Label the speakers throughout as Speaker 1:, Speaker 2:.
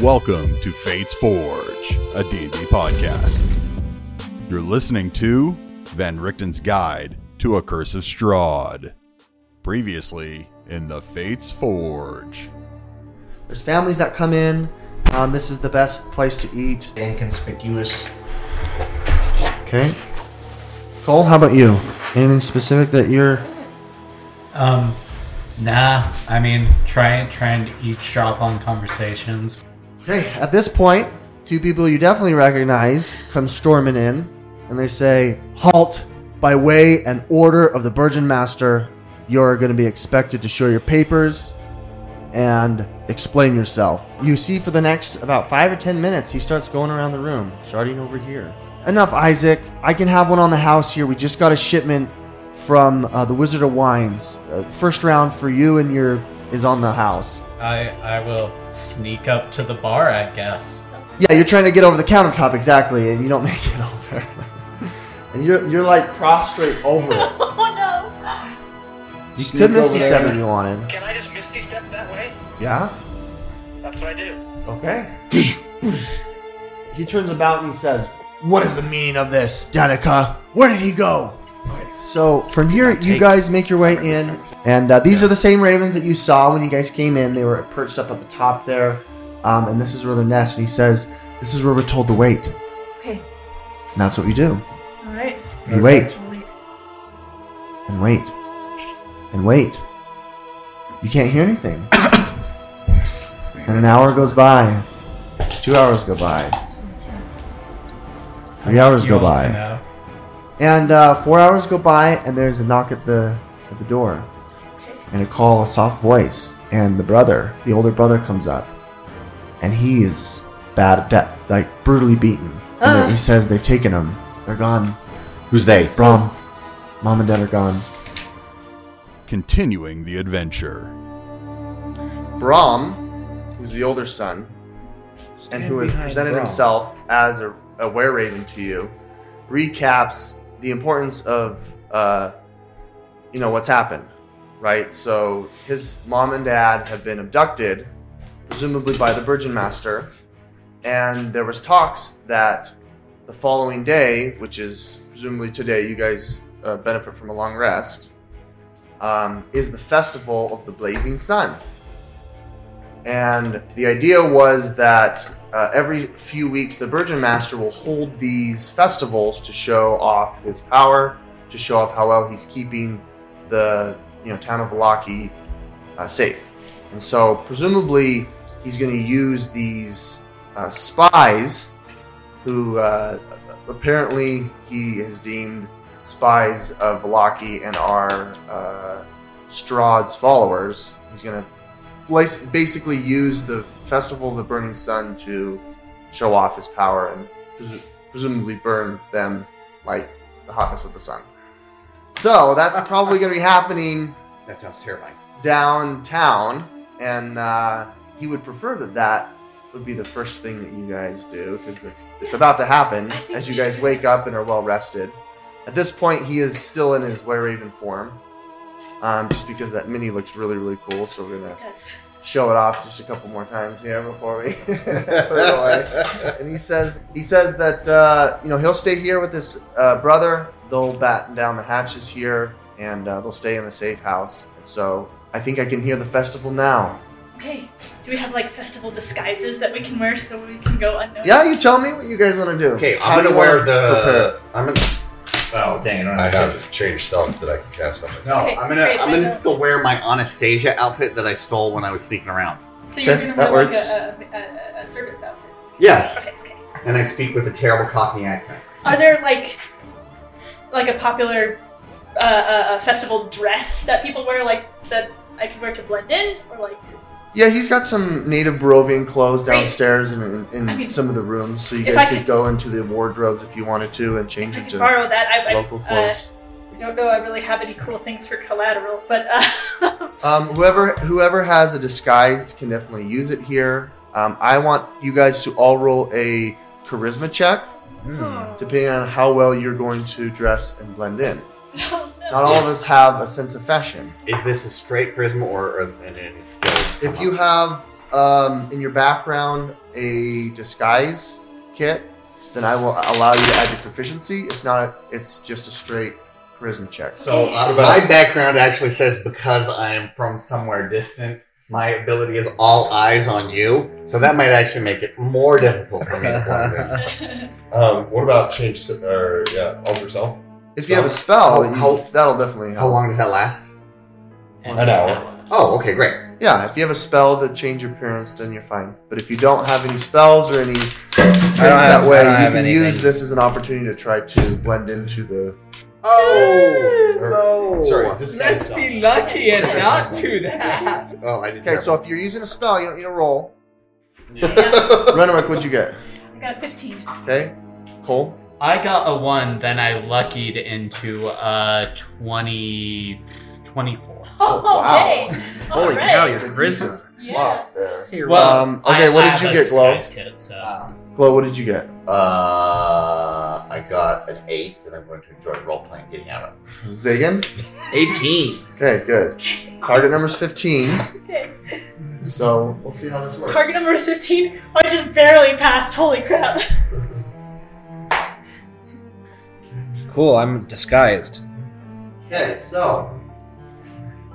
Speaker 1: Welcome to Fates Forge, a D&D podcast. You're listening to Van Richten's Guide to a Curse of Strahd. Previously in the Fates Forge.
Speaker 2: There's families that come in. Um, this is the best place to eat.
Speaker 3: inconspicuous.
Speaker 2: Okay. Cole, how about you? Anything specific that you're?
Speaker 3: Um, nah. I mean, trying trying to eavesdrop on conversations.
Speaker 2: Okay. At this point, two people you definitely recognize come storming in, and they say, "Halt! By way and order of the Burgeon Master, you're going to be expected to show your papers and explain yourself." You see, for the next about five or ten minutes, he starts going around the room, starting over here. Enough, Isaac. I can have one on the house here. We just got a shipment from uh, the Wizard of Wines. Uh, first round for you and your is on the house.
Speaker 3: I I will sneak up to the bar, I guess.
Speaker 2: Yeah, you're trying to get over the countertop exactly, and you don't make it over. and you're you're like prostrate over it.
Speaker 4: Oh
Speaker 2: You could misty step if you wanted.
Speaker 5: Can I just misty step that way?
Speaker 2: Yeah.
Speaker 5: That's what I do.
Speaker 2: Okay. he turns about and he says, "What is the meaning of this, Danica? Where did he go?" So from here, you guys make your way in, and uh, these are the same ravens that you saw when you guys came in. They were perched up at the top there, um, and this is where the nest. And he says, "This is where we're told to wait." And
Speaker 4: no. Okay.
Speaker 2: that's what you do.
Speaker 4: All right.
Speaker 2: You wait
Speaker 4: I'll wait.
Speaker 2: and wait and wait. You can't hear anything. and an hour goes by. Two hours go by. Three hours
Speaker 3: You
Speaker 2: go
Speaker 3: all
Speaker 2: by.
Speaker 3: to know.
Speaker 2: And uh, four hours go by, and there's a knock at the at the door, and a call, a soft voice, and the brother, the older brother, comes up, and he's bad, de- like brutally beaten. And
Speaker 4: Ah.
Speaker 2: he says they've taken him. They're gone. Who's they? Brom. Mom and dad are gone.
Speaker 1: Continuing the adventure.
Speaker 2: Brom, who's the older son, and who has presented himself as a, a were raven to you, recaps the importance of uh, you know what's happened, right? So his mom and dad have been abducted, presumably by the Virgin Master, and there was talks that the following day, which is presumably today, you guys uh, benefit from a long rest. Um, is the festival of the blazing sun and the idea was that uh, every few weeks the Burgeon Master will hold these festivals to show off his power, to show off how well he's keeping the you know town of Laki uh, safe. And so presumably he's going to use these uh, spies, who uh, apparently he has deemed spies of Laki and are uh, Strahd's followers. He's going to lice- basically use the festival of the burning sun to show off his power and presu- presumably burn them like the hotness of the sun. So that's probably going to be happening
Speaker 6: That sounds terrifying.
Speaker 2: downtown, and uh, he would prefer that that would be the first thing that you guys do because it's about to happen
Speaker 4: I think
Speaker 2: as you
Speaker 4: we
Speaker 2: guys
Speaker 4: should.
Speaker 2: wake up and are well rested. At this point, he is still in his Were Raven form, um, just because that mini looks really, really cool. So we're gonna
Speaker 4: It does.
Speaker 2: show it off just a couple more times here before we put it away. And he says he says that uh, you know he'll stay here with his uh, brother. They'll batten down the hatches here, and uh, they'll stay in the safe house. And so I think I can hear the festival now.
Speaker 4: Okay. Do we have like festival disguises that we can wear so we can go unnoticed?
Speaker 2: Yeah, you tell me what you guys want to do.
Speaker 6: Okay,
Speaker 2: How
Speaker 6: I'm
Speaker 2: do
Speaker 6: gonna
Speaker 2: you wanna
Speaker 6: wear the.
Speaker 2: prepare?
Speaker 6: I'm gonna. Oh dang! I, don't
Speaker 7: I
Speaker 6: have
Speaker 7: have changed self that I can cast on myself.
Speaker 6: No,
Speaker 4: Okay,
Speaker 6: I'm gonna.
Speaker 4: great,
Speaker 6: I'm
Speaker 4: I
Speaker 6: gonna
Speaker 4: don't.
Speaker 6: just go wear my Anastasia outfit that I stole when I was sneaking around.
Speaker 4: So you're
Speaker 2: Okay,
Speaker 4: gonna
Speaker 2: that
Speaker 4: wear like
Speaker 2: works.
Speaker 4: a, a, a, a servant's outfit.
Speaker 6: Yes,
Speaker 4: Okay. Okay.
Speaker 6: and I speak with a terrible Cockney accent.
Speaker 4: Are there like like a popular uh, uh, uh, festival dress that people wear like that I could wear to blend in or like?
Speaker 2: Yeah, he's got some native Barovian clothes
Speaker 4: Great.
Speaker 2: downstairs and in, in
Speaker 4: I mean,
Speaker 2: some of the rooms, so you
Speaker 4: if
Speaker 2: guys
Speaker 4: I
Speaker 2: could
Speaker 4: could-
Speaker 2: go into the wardrobes if you wanted to and
Speaker 4: If
Speaker 2: change
Speaker 4: I
Speaker 2: it
Speaker 4: could
Speaker 2: to
Speaker 4: borrow that. I, I
Speaker 2: local
Speaker 4: uh,
Speaker 2: clothes.
Speaker 4: I don't know. I really have any cool things for collateral, but uh,
Speaker 2: Um, whoever whoever has a disguised can definitely use it here. Um, I want you guys to all roll a charisma check, Hmm, depending on how well you're going to dress and blend in.
Speaker 4: Oh, no.
Speaker 2: Not all of us have a sense of fashion.
Speaker 6: Is this a straight charisma or is it any skills?
Speaker 2: If you have um, in your background a disguise kit, then I will allow you to add your proficiency. If not, it's just a straight charisma check.
Speaker 6: So uh, my background actually says because I am from somewhere distant, my ability is all eyes on you. So that might actually make it more difficult for me to blend in.
Speaker 7: Um, what about change s- or yeah, alter self?
Speaker 2: If you have a spell,
Speaker 6: How-
Speaker 2: you-
Speaker 6: how-
Speaker 2: that'll definitely help.
Speaker 6: How long does that last?
Speaker 3: And
Speaker 7: An hour.
Speaker 6: Oh, okay, great.
Speaker 2: Yeah, if you have a spell to change your appearance, then you're fine. But if you don't have any spells or any traits that
Speaker 8: have-
Speaker 2: way,
Speaker 8: I don't
Speaker 2: you
Speaker 8: have
Speaker 2: can
Speaker 8: anything.
Speaker 2: use this as an opportunity to try to blend into the.
Speaker 6: Oh no!
Speaker 7: Sorry, disguise
Speaker 8: Let's
Speaker 7: self.
Speaker 8: be lucky and not do that.
Speaker 6: Oh, I did.
Speaker 2: Okay, so if you're using a spell, you don't need a roll. Renwick, what'd you get?
Speaker 4: I got a 15.
Speaker 2: Okay, Cole.
Speaker 3: I got a one, then I luckied into a 20, 24.
Speaker 4: Oh,
Speaker 2: wow.
Speaker 4: okay. All
Speaker 8: Holy
Speaker 4: right.
Speaker 8: cow, your charisma.
Speaker 4: Yeah.
Speaker 7: Yeah.
Speaker 8: Here,
Speaker 3: Well,
Speaker 2: Um, okay,
Speaker 3: I-
Speaker 2: what
Speaker 3: I
Speaker 2: did
Speaker 3: have
Speaker 2: you
Speaker 3: a
Speaker 2: get, Glow?
Speaker 3: disguise Kit, so.
Speaker 8: wow.
Speaker 2: Glow, what did you get?
Speaker 6: Uh, I got an eight, and I'm going to enjoy role playing getting out of.
Speaker 2: Zigan.
Speaker 8: 18.
Speaker 2: Okay, good. Target number's 15.
Speaker 4: Okay.
Speaker 2: So we'll see how this works.
Speaker 4: Target number is 15. I just barely passed. Holy crap.
Speaker 8: Cool, I'm disguised.
Speaker 2: Okay, so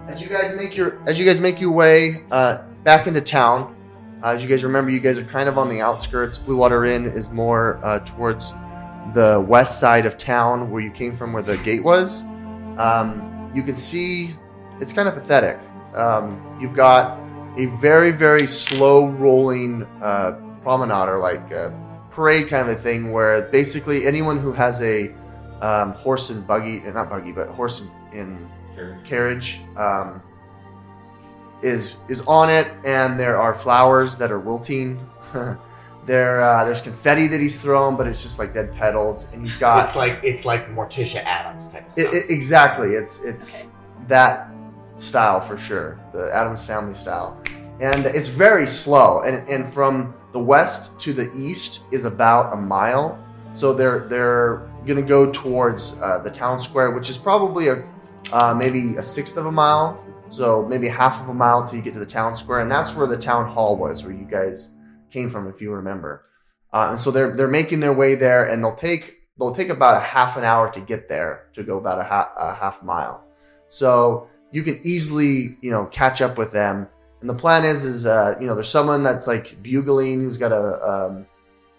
Speaker 2: as you guys make your as you guys make your way uh, back into town, uh, as you guys remember, you guys are kind of on the outskirts. Blue Water Inn is more uh, towards the west side of town, where you came from, where the gate was. Um, you can see it's kind of pathetic. Um, you've got a very very slow rolling uh, promenade or like a parade kind of a thing, where basically anyone who has a um, horse and buggy, eh, not buggy, but horse and in carriage um, is is on it, and there are flowers that are wilting. there, uh, there's confetti that he's thrown, but it's just like dead petals, and he's got
Speaker 6: It's like it's like Morticia Adams type of
Speaker 2: I
Speaker 6: stuff.
Speaker 2: i exactly. It's it's that style for sure. The Adams Family style, and it's very slow. And and from the west to the east is about a mile. So they're they're gonna go towards uh, the town square, which is probably a uh, maybe a sixth of a mile. So maybe half of a mile till you get to the town square, and that's where the town hall was, where you guys came from, if you remember. Uh, and so they're they're making their way there, and they'll take they'll take about a half an hour to get there to go about a, ha- a half mile. So you can easily you know catch up with them. And the plan is is uh, you know there's someone that's like bugling who's got a um,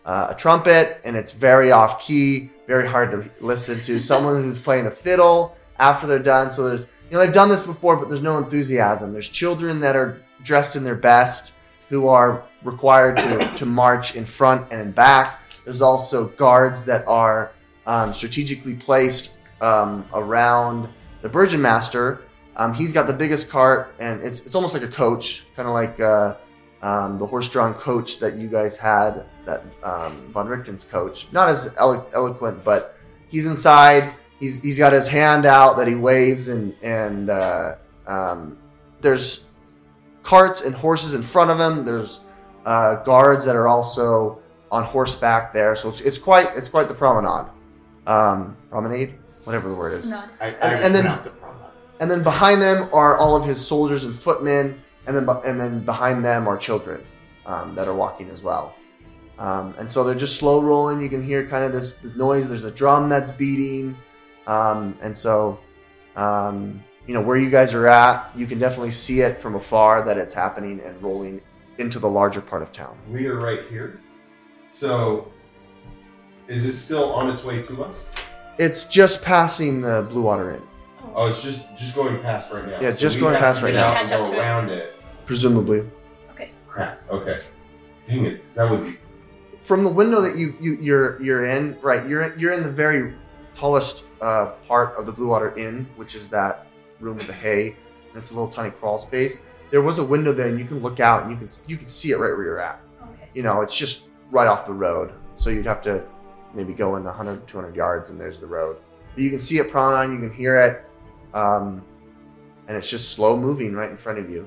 Speaker 2: uh, a trumpet and it's very off key, very hard to listen to. Someone who's playing a fiddle after they're done. So there's you know they've done this before, but there's no enthusiasm. There's children that are dressed in their best who are required to, to march in front and in back. There's also guards that are um, strategically placed um, around the Virgin Master. Um, he's got the biggest cart, and it's, it's almost like a coach, kind of like uh, um, the horse drawn coach that you guys had, that um, Von Richten's coach. Not as elo- eloquent, but he's inside. He's, he's got his hand out that he waves, and, and uh, um, there's carts and horses in front of him. There's uh, guards that are also on horseback there, so it's, it's quite it's quite the promenade, um, promenade, whatever the word is.
Speaker 4: Not.
Speaker 6: I, I
Speaker 2: and- and then-
Speaker 6: pronounce it promenade.
Speaker 2: And then behind them are all of his soldiers and footmen, and then be- and then behind them are children um, that are walking as well. Um, and so they're just slow rolling. You can hear kind of this, this noise. There's a drum that's beating, um, and so um, you know where you guys are at. You can definitely see it from afar that it's happening and rolling into the larger part of town.
Speaker 7: We are right here. So, is it still on its way to us?
Speaker 2: It's just passing the Blue Water Inn,
Speaker 7: Oh, it's just just going past right now.
Speaker 2: Yeah,
Speaker 7: So
Speaker 2: just
Speaker 7: we
Speaker 2: going
Speaker 7: have
Speaker 2: past
Speaker 7: to
Speaker 2: right
Speaker 7: get
Speaker 4: now.
Speaker 7: out and
Speaker 4: Catch up
Speaker 7: go
Speaker 4: to it.
Speaker 7: around it.
Speaker 2: presumably.
Speaker 7: Crap. Okay. Dang it. 'cause That would be
Speaker 2: from the window that you, you you're you're in right you're you're in the very tallest uh, part of the blue water inn which is that room with the hay and it's a little tiny crawl space there was a window there and you can look out and you can you can see it right where you're at
Speaker 4: Okay.
Speaker 2: you know it's just right off the road so you'd have to maybe go in 100 200 yards and there's the road but you can see it promenade you can hear it um, and it's just slow moving right in front of you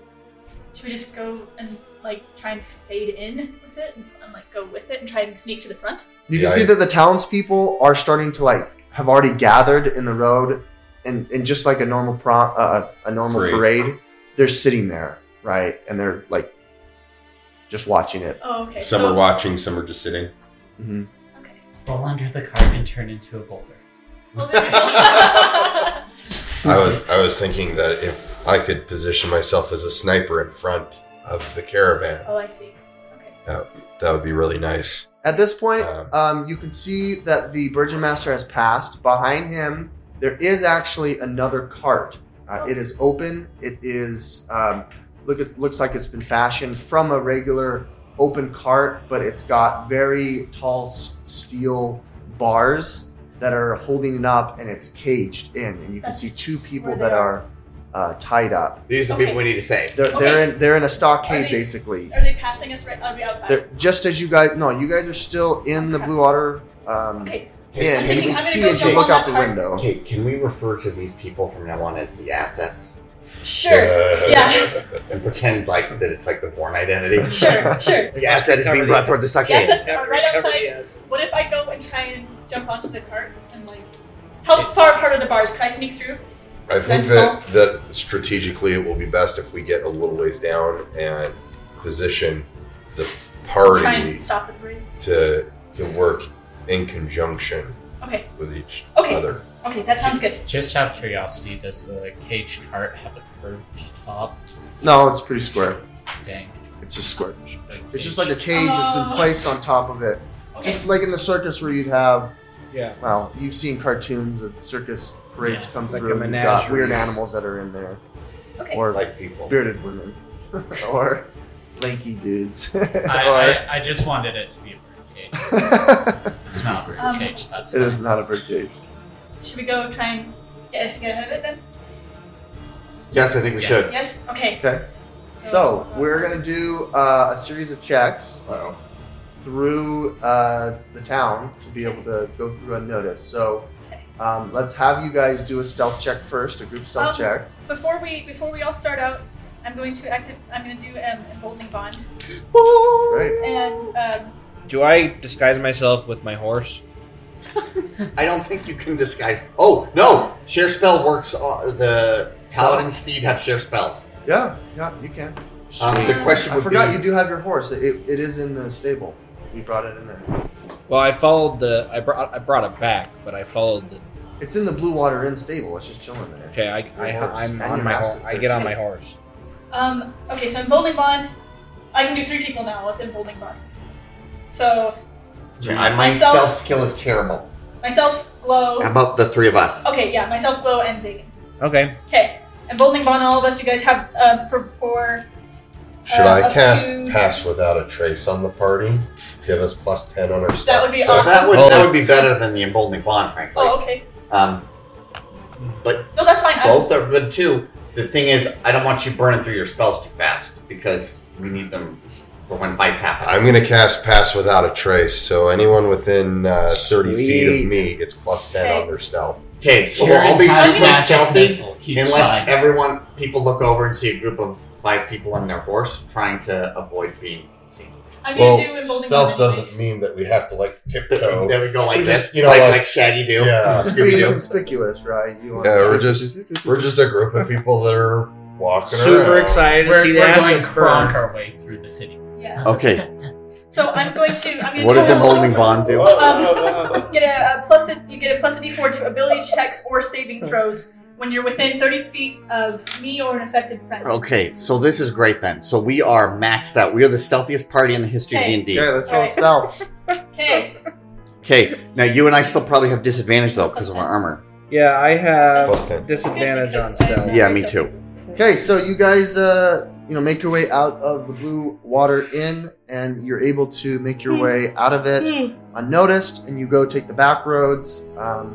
Speaker 4: Should we just go and like try and fade in with it and, and like go with it and try and sneak to the front?
Speaker 2: You
Speaker 7: Yeah,
Speaker 2: can see
Speaker 7: I-
Speaker 2: that the townspeople are starting to like have already gathered in the road, and, and just like a normal pro uh, a normal parade.
Speaker 7: Parade.
Speaker 2: they're sitting there, right? And they're like just watching it.
Speaker 4: Oh, okay.
Speaker 7: Some
Speaker 4: so,
Speaker 7: are watching, some are just sitting.
Speaker 2: hmm
Speaker 4: okay.
Speaker 3: Fall under the cart and turn into a boulder.
Speaker 4: Well, there you go.
Speaker 9: I was I was thinking that if I could position myself as a sniper in front of the caravan,
Speaker 4: oh, I see. Okay.
Speaker 9: that would be really nice.
Speaker 2: At this point,
Speaker 9: Um,
Speaker 2: um, you can see that the Burgeon Master has passed. Behind him, there is actually another cart. Uh, it is open. It is um, look. It looks like it's been fashioned from a regular open cart, but it's got very tall s- steel bars that are holding it up, and it's caged in. And you can
Speaker 4: That's
Speaker 2: see two people
Speaker 4: where they
Speaker 2: that
Speaker 4: are.
Speaker 2: are uh, tied up.
Speaker 6: These are the
Speaker 4: Okay.
Speaker 6: people we need to save.
Speaker 2: They're, they're in they're in a
Speaker 4: Are
Speaker 2: stockade
Speaker 4: they-
Speaker 2: basically.
Speaker 4: Are they passing us right? Are we outside?
Speaker 2: They're, just as you guys, no, you guys are still in the Blue Otter. Um,
Speaker 4: okay.
Speaker 2: yeah,
Speaker 4: I'm
Speaker 2: and you
Speaker 4: thinking-
Speaker 2: can
Speaker 4: I'm
Speaker 2: see
Speaker 4: gonna
Speaker 2: as
Speaker 4: go
Speaker 2: you
Speaker 4: jump
Speaker 2: look
Speaker 4: on
Speaker 2: out the
Speaker 4: that cart.
Speaker 2: window.
Speaker 6: Okay, can we refer to these people from now on as the assets
Speaker 4: Sure. yeah.
Speaker 6: and pretend like that it's like the born identity?
Speaker 4: Sure. Sure.
Speaker 6: The asset is being brought toward the
Speaker 4: Yes,
Speaker 6: stockade.
Speaker 4: that's
Speaker 8: Cover-
Speaker 4: right
Speaker 8: cover
Speaker 4: outside.
Speaker 8: the assets.
Speaker 4: What if I go and try and jump onto the cart and like, how far apart are the bars? Can I sneak through?
Speaker 9: I think
Speaker 4: That's
Speaker 9: that, that strategically it will be best if we get a little ways down and position the
Speaker 4: Try
Speaker 9: party
Speaker 4: and stop the parade.
Speaker 9: to to work in conjunction
Speaker 4: Okay.
Speaker 9: with each
Speaker 4: Okay.
Speaker 9: other.
Speaker 4: Okay. That sounds good.
Speaker 3: Just out of curiosity, does the cage cart have a curved top?
Speaker 2: No, it's pretty square.
Speaker 3: Dang.
Speaker 2: It's just square.
Speaker 3: Okay.
Speaker 2: It's just like a cage has been
Speaker 4: Oh.
Speaker 2: placed on top of it.
Speaker 4: Okay.
Speaker 2: Just like in the circus where you'd have,
Speaker 8: Yeah.
Speaker 2: well, you've seen cartoons of circus parades
Speaker 3: Yeah,
Speaker 2: come
Speaker 8: it's like
Speaker 2: through.
Speaker 8: a
Speaker 2: and you've got
Speaker 8: menagerie.
Speaker 2: weird animals that are in there,
Speaker 4: okay.
Speaker 2: or like
Speaker 6: like people.
Speaker 2: bearded women, or lanky dudes.
Speaker 3: I, I, I just wanted it to be a bird cage.
Speaker 2: or,
Speaker 3: It's not a bird
Speaker 4: Um,
Speaker 3: cage. That's
Speaker 2: it
Speaker 3: fine.
Speaker 2: is not a bird cage.
Speaker 4: Should we go try and get, get ahead of it then?
Speaker 6: Yes, I think we
Speaker 3: Yeah.
Speaker 6: should.
Speaker 4: Yes. Okay.
Speaker 2: Okay. So we're gonna do uh, a series of checks
Speaker 6: Uh-oh.
Speaker 2: through uh, the town to be able to go through unnoticed. So um, let's have you guys do a stealth check first, a group stealth
Speaker 4: Um,
Speaker 2: check.
Speaker 4: Before we before we all start out, I'm going to active. I'm going to do um, emboldening bond
Speaker 2: Right?
Speaker 4: and um,
Speaker 8: Do I disguise myself with my horse?
Speaker 6: I don't think you can disguise. Oh no, share spell works. On, the paladin steed have share spells.
Speaker 2: Yeah, yeah, you can.
Speaker 6: Um, the
Speaker 4: Sweet.
Speaker 6: question
Speaker 2: I
Speaker 6: would
Speaker 2: forgot
Speaker 6: be,
Speaker 2: you do have your horse. It, it, it is in the stable. We brought it in there.
Speaker 8: Well, I followed the. I brought. I brought it back, but I followed the.
Speaker 2: It's in the Blue Water Inn stable. It's just chilling there.
Speaker 8: Okay, I. I
Speaker 2: Your horse.
Speaker 8: I'm
Speaker 2: And
Speaker 8: on
Speaker 2: your
Speaker 8: my.
Speaker 2: mastiff
Speaker 8: Ho- I get on my
Speaker 4: too.
Speaker 8: horse.
Speaker 4: um. Okay. So emboldening bond. I can do three people now with emboldening bond. So
Speaker 6: Yeah, I- my
Speaker 4: Myself-
Speaker 6: stealth skill is terrible.
Speaker 4: myself, glow.
Speaker 6: How about the three of us?
Speaker 4: Okay. Yeah. Myself, glow, and Zig.
Speaker 8: Okay.
Speaker 4: Okay. Emboldening bond. All of us. You guys have um, for for.
Speaker 9: Should
Speaker 4: Uh,
Speaker 9: I
Speaker 4: up
Speaker 9: cast
Speaker 4: to-
Speaker 9: pass without a trace on the party? Give us plus ten on our stuff.
Speaker 4: would be
Speaker 6: So that would
Speaker 8: Oh.
Speaker 6: that would be better than the emboldening bond, frankly.
Speaker 4: Oh. Okay.
Speaker 6: Um, but
Speaker 4: No, that's fine. I'm,
Speaker 6: both are good too. The thing is, I don't want you burning through your spells too fast because we need them for when fights happen.
Speaker 9: I'm gonna cast pass without a trace, so anyone within uh, thirty feet
Speaker 8: Sweet.
Speaker 9: of me gets plus ten
Speaker 4: Okay.
Speaker 9: on their stealth.
Speaker 6: Okay, so we'll all be
Speaker 4: has
Speaker 6: super
Speaker 4: magic
Speaker 6: stealthy.
Speaker 3: He's
Speaker 6: Unless
Speaker 3: fine.
Speaker 6: everyone, people look over and see a group of five people on their horse trying to avoid being seen.
Speaker 4: I'm
Speaker 9: Well,
Speaker 4: gonna do emboldening
Speaker 9: stealth
Speaker 4: bond. anyway.
Speaker 9: doesn't mean that we have to like tiptoe.
Speaker 6: There we go, like
Speaker 9: We just-
Speaker 6: this,
Speaker 9: you know,
Speaker 6: like,
Speaker 9: like-
Speaker 6: like, Shaggy do.
Speaker 9: Yeah.
Speaker 6: Scooby
Speaker 2: Being
Speaker 6: Doo.
Speaker 2: conspicuous, right? You want-
Speaker 9: Yeah, we're just- We're just a group of people that are walking
Speaker 8: Super
Speaker 9: around.
Speaker 8: excited to
Speaker 3: we're,
Speaker 8: see the
Speaker 3: we're going
Speaker 8: assets
Speaker 3: to cronk
Speaker 8: burn.
Speaker 3: our way through the city.
Speaker 4: Yeah.
Speaker 6: Okay,
Speaker 4: So I'm going to. I'm gonna
Speaker 6: what
Speaker 4: do
Speaker 6: does emboldening bond do?
Speaker 4: Um, get a, a plus a, you get a plus a d4 to ability checks or saving throws when you're within 30 feet of me or an affected friend.
Speaker 6: Okay, so this is great then. So we are maxed out. We are the stealthiest party in the history
Speaker 4: Okay.
Speaker 6: of D&D.
Speaker 2: Okay, let's roll
Speaker 4: Alright.
Speaker 2: stealth.
Speaker 4: Okay.
Speaker 6: Okay, now you and I still probably have disadvantage though because of our armor.
Speaker 8: Yeah, I have
Speaker 9: Plus ten.
Speaker 8: disadvantage on stealth.
Speaker 6: Yeah, me too.
Speaker 2: Okay, so you guys, uh, you know, make your way out of the Blue Water Inn, and you're able to make your way out of it.
Speaker 4: Hmm.
Speaker 2: unnoticed and you go take the back roads um,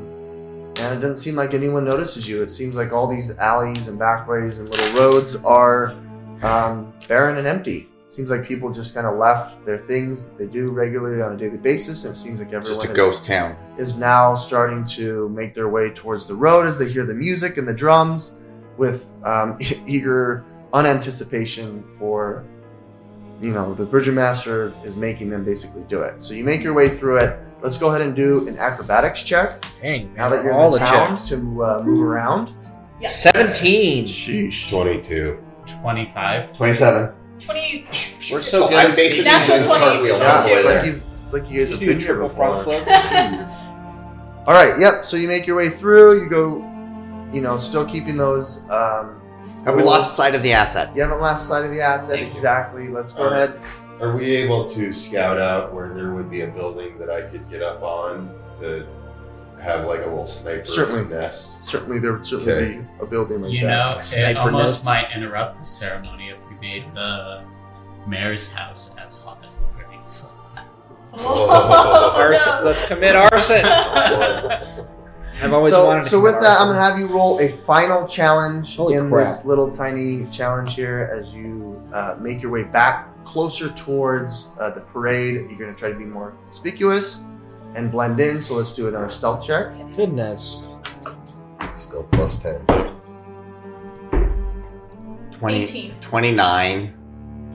Speaker 2: and it doesn't seem like anyone notices you it seems like all these alleys and back ways and little roads are um, barren and empty seems like people just kind of left their things that they do regularly on a daily basis and it seems like everyone
Speaker 6: Just a
Speaker 2: is,
Speaker 6: ghost town.
Speaker 2: is now starting to make their way towards the road as they hear the music and the drums with um, eager unanticipation for you know the burgomaster is making them basically do it so you make your way through it let's go ahead and do an acrobatics check
Speaker 8: Dang,
Speaker 2: now that you're
Speaker 8: all
Speaker 2: in the,
Speaker 8: the
Speaker 2: town
Speaker 8: checks.
Speaker 2: to uh, move around
Speaker 4: Yeah.
Speaker 8: Seventeen.
Speaker 2: sheesh
Speaker 9: Twenty-two.
Speaker 3: 25.
Speaker 6: 27.
Speaker 4: 20.
Speaker 8: We're so, good.
Speaker 6: I'm
Speaker 8: at sneaking
Speaker 6: basically
Speaker 4: Natural
Speaker 6: doing
Speaker 4: 20.
Speaker 6: cartwheels all the
Speaker 2: Yeah,
Speaker 6: way
Speaker 2: it's
Speaker 4: Halfway
Speaker 2: like
Speaker 6: there.
Speaker 2: you it's like you guys
Speaker 8: You
Speaker 2: have
Speaker 8: do
Speaker 2: been here
Speaker 8: triple front
Speaker 2: before.
Speaker 8: flip.
Speaker 7: Jeez.
Speaker 2: All right. Yep. So you make your way through. You go. You know, still keeping those. Um,
Speaker 6: Have we lost sight of the asset?
Speaker 2: you haven't lost sight of the asset
Speaker 6: Thank you.
Speaker 2: exactly. Let's go
Speaker 9: All right.
Speaker 2: ahead.
Speaker 9: Are we able to scout out where there would be a building that I could get up on to have like a little sniper
Speaker 2: Certainly.
Speaker 9: nest?
Speaker 2: Certainly, there would certainly
Speaker 9: Okay.
Speaker 2: be a building like
Speaker 3: You
Speaker 2: that.
Speaker 3: know, it
Speaker 8: Sniper
Speaker 3: almost
Speaker 8: nest.
Speaker 3: might interrupt the ceremony if we made the mayor's house as hot as the graves.
Speaker 9: Oh,
Speaker 8: arson. Let's commit arson. I've always
Speaker 2: so,
Speaker 8: wanted. To
Speaker 2: so
Speaker 8: commit
Speaker 2: with that, I'm
Speaker 8: arson.
Speaker 2: gonna have you roll a final challenge
Speaker 8: Holy
Speaker 2: in
Speaker 8: crap.
Speaker 2: this little tiny challenge here as you uh, make your way back closer towards uh, the parade. You're gonna try to be more conspicuous and blend in. So let's do another stealth check.
Speaker 8: Goodness.
Speaker 9: Still plus 10.
Speaker 6: 20,
Speaker 4: 18.
Speaker 6: 29.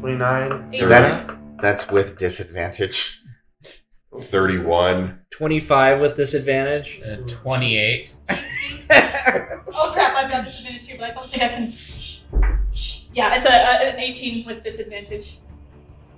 Speaker 2: Twenty-nine.
Speaker 4: Eight.
Speaker 6: So that's that's with disadvantage.
Speaker 9: 31.
Speaker 8: 25 with disadvantage.
Speaker 3: Uh, 28.
Speaker 4: Oh crap, I've got disadvantage too, but I don't think I can. Yeah, it's a, a, an 18 with disadvantage.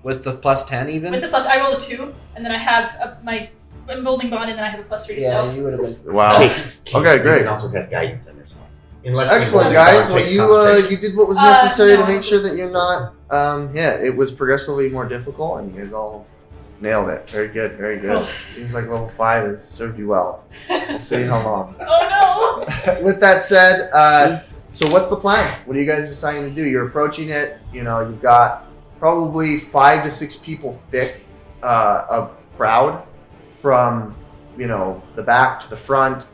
Speaker 8: With the plus 10 even?
Speaker 4: With the plus, I rolled a 2, and then I have a, my. I'm holding bond, and then I have a plus 3 to
Speaker 8: yeah,
Speaker 4: stealth.
Speaker 8: you would have been.
Speaker 2: Wow.
Speaker 6: Okay,
Speaker 2: Okay,
Speaker 6: You
Speaker 2: great.
Speaker 6: can also cast guidance in this one. Unless you
Speaker 2: Excellent,
Speaker 6: want to
Speaker 2: guys.
Speaker 6: go
Speaker 2: Well,
Speaker 6: and take
Speaker 2: you uh,
Speaker 6: concentration.
Speaker 2: you did what was
Speaker 4: Uh,
Speaker 2: necessary
Speaker 4: no.
Speaker 2: to make sure that you're not um, hit. It was progressively more difficult, and you guys all nailed it. Very good, very good.
Speaker 4: Cool.
Speaker 2: Seems like level five has served you well. We'll see how long.
Speaker 4: oh no!
Speaker 2: With that said, uh, so what's the plan? What are you guys deciding to do? You're approaching it. You know, you've got probably five to six people thick uh, of crowd from you know the back to the front.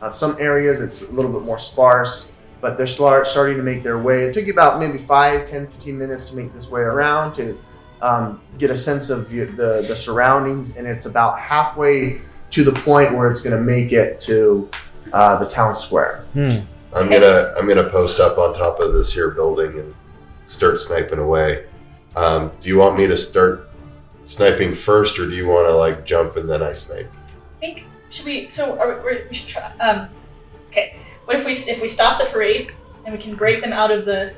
Speaker 2: Uh, some areas it's a little bit more sparse, but they're slar- starting to make their way. It took you about maybe five, 10, 15 minutes to make this way around to um, get a sense of the, the the surroundings, and it's about halfway to the point where it's going to make it to uh, the town square.
Speaker 8: Hmm.
Speaker 9: I'm gonna I'm gonna post up on top of this here building and start sniping away. Um, do you want me to start sniping first, or do you want to like jump and then I snipe?
Speaker 4: I think. Should we. So, are we, we're- we should try. Um, okay. What if we if we stop the parade and we can break them out of the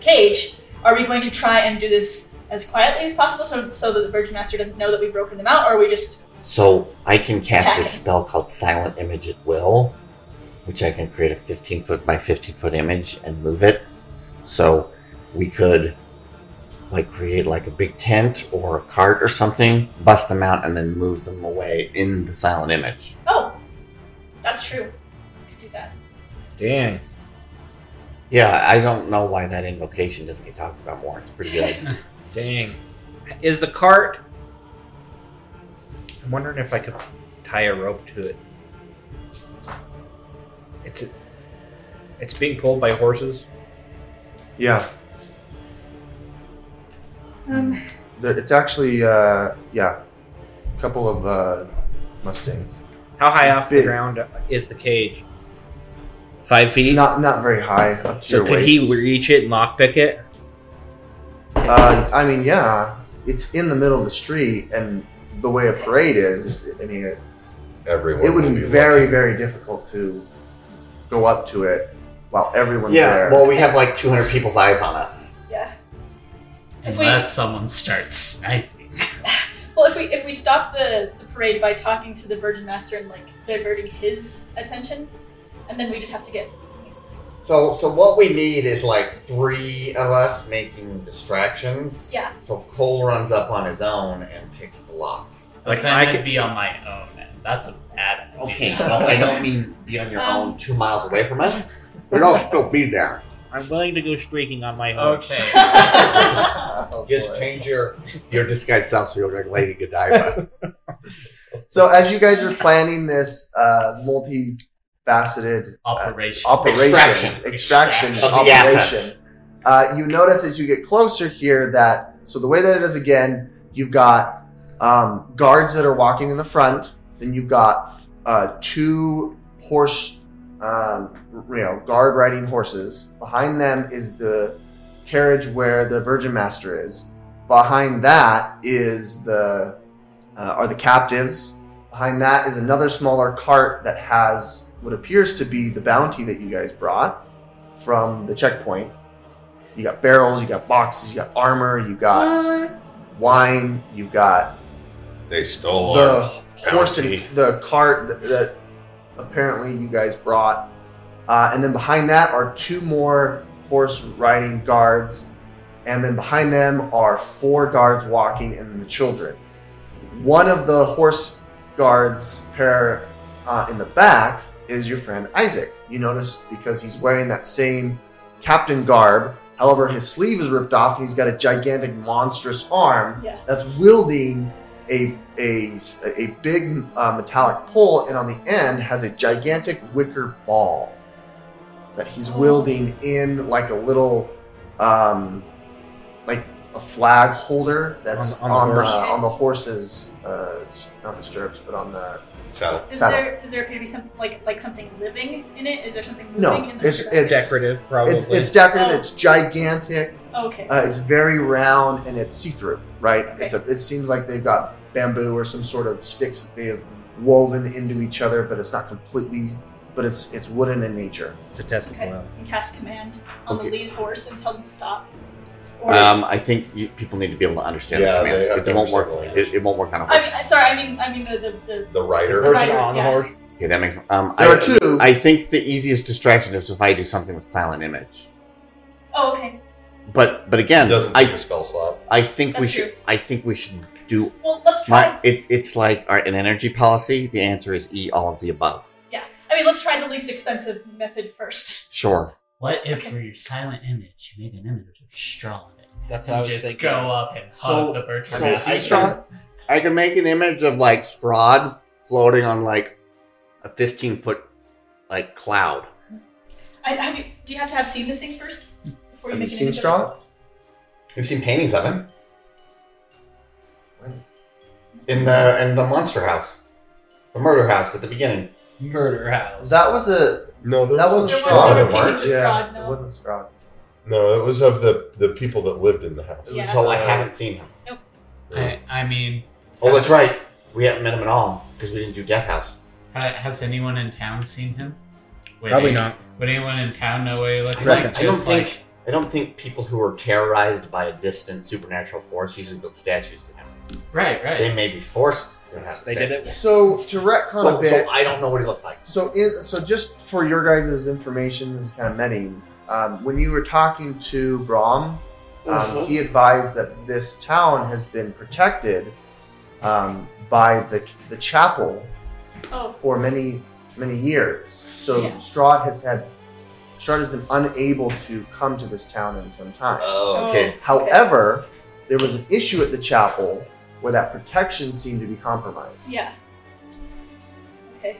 Speaker 4: cage? Are we going to try and do this as quietly as possible so, so that the Virgin Master doesn't know that we've broken them out, or are we just.
Speaker 6: So I can cast
Speaker 4: Attack.
Speaker 6: this spell called Silent Image at will, which I can create a 15 foot by 15 foot image and move it. So we could like create like a big tent or a cart or something, bust them out, and then move them away in the silent image.
Speaker 4: Oh! That's true. We could do that.
Speaker 8: Dang.
Speaker 6: Yeah, I don't know why that invocation doesn't get talked about more. It's pretty good.
Speaker 8: Dang. Is the cart. I'm wondering if I could tie a rope to it. It's it's being pulled by horses.
Speaker 2: Yeah,
Speaker 4: Um,
Speaker 2: the, it's actually uh, yeah, a couple of uh, mustangs.
Speaker 8: How high off the
Speaker 2: Big.
Speaker 8: ground is the cage? Five feet.
Speaker 2: Not not very high up to
Speaker 8: so
Speaker 2: your
Speaker 8: could
Speaker 2: waist.
Speaker 8: he reach it and lockpick it?
Speaker 2: uh, I mean, yeah, it's in the middle of the street, and the way a parade is, I mean, it,
Speaker 9: Everyone.
Speaker 2: it would
Speaker 9: will
Speaker 2: be
Speaker 9: looking.
Speaker 2: very very difficult to go up to it while everyone's there.
Speaker 6: Well, we have like 200 people's eyes on us.
Speaker 4: yeah. If we-
Speaker 3: Unless someone starts sniping.
Speaker 4: Well, if we if we stop the, the parade by talking to the Virgin Master and like diverting his attention, and then we just have to get
Speaker 6: So, so what we need is like three of us making distractions.
Speaker 4: yeah.
Speaker 6: So Cole runs up on his own and picks the lock.
Speaker 3: Like,
Speaker 8: Like,
Speaker 3: then
Speaker 8: I
Speaker 3: I
Speaker 8: could-
Speaker 3: could be on my own, and that's a bad idea.
Speaker 6: Okay, well, I don't mean be on your
Speaker 4: Um.
Speaker 6: own two miles away from us. But I'll still be there.
Speaker 8: I'm willing to go streaking on my horse.
Speaker 3: Okay.
Speaker 2: Oh,
Speaker 6: Just
Speaker 2: boy.
Speaker 6: change your your disguise self so you're like Lady Godiva.
Speaker 2: So as you guys are planning this uh, multifaceted uh,
Speaker 3: Operation.
Speaker 2: operation,
Speaker 6: Extraction.
Speaker 2: extraction,
Speaker 3: Extraction.
Speaker 6: Of the assets.
Speaker 2: operation. Uh, you notice as you get closer here that so the way that it is again, you've got um, guards that are walking in the front, then you've got uh, two horse, um, you know, guard riding horses. Behind them is the carriage where the Virgin Master is. Behind that is the uh, are the captives. Behind that is another smaller cart that has what appears to be the bounty that you guys brought from the checkpoint. You got barrels, you got boxes, you got armor, you got wine, you got
Speaker 9: They stole
Speaker 2: the
Speaker 9: our
Speaker 2: horse and
Speaker 9: bounty.
Speaker 2: the cart that, that apparently you guys brought. Uh, and then behind that are two more horse riding guards. And then behind them are four guards walking and then the children. One of the horse guards pair uh, in the back is your friend Isaac. You notice because he's wearing that same captain garb. However, his sleeve is ripped off and he's got a gigantic, monstrous arm
Speaker 4: Yeah.
Speaker 2: that's wielding a a, a big uh, metallic pole, and on the end has a gigantic wicker ball that he's wielding in like a little um, like a flag holder that's
Speaker 8: On-
Speaker 2: on,
Speaker 8: on the
Speaker 2: the,
Speaker 4: horse.
Speaker 2: on the horse's uh, s- not the stirrups, but on the
Speaker 9: saddle.
Speaker 4: Does
Speaker 2: Saddle.
Speaker 4: there does there appear to be something like like something living in it? Is there something moving
Speaker 2: No,
Speaker 4: in the
Speaker 2: it's-
Speaker 4: shadow?
Speaker 2: it's-
Speaker 8: Decorative, probably.
Speaker 2: it's it's decorative,
Speaker 4: Oh.
Speaker 2: it's gigantic.
Speaker 4: okay.
Speaker 2: Uh, it's very round and it's see-through, right?
Speaker 4: Okay.
Speaker 2: It's a, it seems like they've got bamboo or some sort of sticks that they have woven into each other, but it's not completely. But it's it's wooden in nature.
Speaker 8: It's a testicle.
Speaker 4: okay.
Speaker 8: island.
Speaker 4: And cast command on
Speaker 6: Okay.
Speaker 4: the lead horse and tell them to stop. Or
Speaker 6: Um, I think you, people need to be able to understand
Speaker 9: Yeah,
Speaker 6: the
Speaker 9: they have
Speaker 6: command. It,
Speaker 9: to
Speaker 6: won't work.
Speaker 9: understand the
Speaker 6: It, it won't work on a
Speaker 4: I
Speaker 6: horse.
Speaker 4: mean, I- sorry, I mean I mean the the, the
Speaker 9: The rider.
Speaker 4: Right.
Speaker 8: Person on the
Speaker 4: yeah.
Speaker 8: horse.
Speaker 6: okay, that makes. Um,
Speaker 2: There
Speaker 6: I,
Speaker 2: are two.
Speaker 6: I think the easiest distraction is if I do something with silent image.
Speaker 4: oh okay.
Speaker 6: But but again,
Speaker 9: doesn't take a
Speaker 6: I
Speaker 9: spell slot.
Speaker 6: I think we
Speaker 4: That's
Speaker 6: should
Speaker 4: true.
Speaker 6: I think we should do
Speaker 4: Well, let's try.
Speaker 6: my it's it's like our, an energy policy. The answer is E, all of the above.
Speaker 4: I mean, let's try the least expensive method first.
Speaker 6: Sure.
Speaker 3: What if for your silent image you made an image of straw? in it?
Speaker 8: That's
Speaker 3: You
Speaker 8: how I was
Speaker 3: just
Speaker 8: thinking.
Speaker 3: go up and hug
Speaker 6: So-
Speaker 3: the birch
Speaker 6: so
Speaker 3: tree.
Speaker 6: I
Speaker 3: That's
Speaker 6: can- I can make an image of like Strahd floating on like a fifteen foot like cloud.
Speaker 4: I, have you, do you have to have seen the thing first before
Speaker 2: Have you
Speaker 4: make an
Speaker 2: seen
Speaker 4: image of it?
Speaker 2: Strahd?
Speaker 6: We've seen paintings of him
Speaker 2: What?
Speaker 6: in the uh, in the monster house, the murder house at the beginning.
Speaker 8: Murder house.
Speaker 2: That was a
Speaker 9: No, Oh, there
Speaker 2: that
Speaker 9: was
Speaker 2: wasn't
Speaker 4: There
Speaker 2: Strahd.
Speaker 4: wasn't
Speaker 9: There
Speaker 4: a picture
Speaker 9: weren't?
Speaker 4: of
Speaker 2: yeah,
Speaker 4: Strahd, no.
Speaker 2: it wasn't Strahd.
Speaker 9: No, it was of the the people that lived in the house.
Speaker 4: Yeah.
Speaker 6: So I haven't seen him.
Speaker 3: I, I mean,
Speaker 6: Oh, that's right. We haven't met him at all because we didn't do Death House.
Speaker 3: ha- has anyone in town seen him? Would
Speaker 8: Probably
Speaker 3: any-
Speaker 8: not.
Speaker 3: Would anyone in town know what he looks
Speaker 8: Second.
Speaker 3: like?
Speaker 6: I don't
Speaker 3: Just like
Speaker 6: think I don't think people who are terrorized by a distant supernatural force usually build statues to him.
Speaker 3: right, right.
Speaker 6: They may be forced to have.
Speaker 8: They
Speaker 6: a
Speaker 8: did
Speaker 6: statue.
Speaker 8: it.
Speaker 2: So to retcon
Speaker 6: So,
Speaker 2: a bit,
Speaker 6: so I don't know what he looks like.
Speaker 2: So, it, so just for your guys' information, this is kind of medding. Um, when you were talking to Brahm, um,
Speaker 4: Mm-hmm.
Speaker 6: Mhm.
Speaker 2: he advised that this town has been protected um, by the the chapel
Speaker 4: Oh,
Speaker 2: for many many years. So
Speaker 4: Yeah.
Speaker 2: Strahd has had Strahd has been unable to come to this town in some time.
Speaker 6: Oh,
Speaker 4: okay.
Speaker 2: However, there was an issue at the chapel where that protection seemed to be compromised.
Speaker 4: yeah. Okay.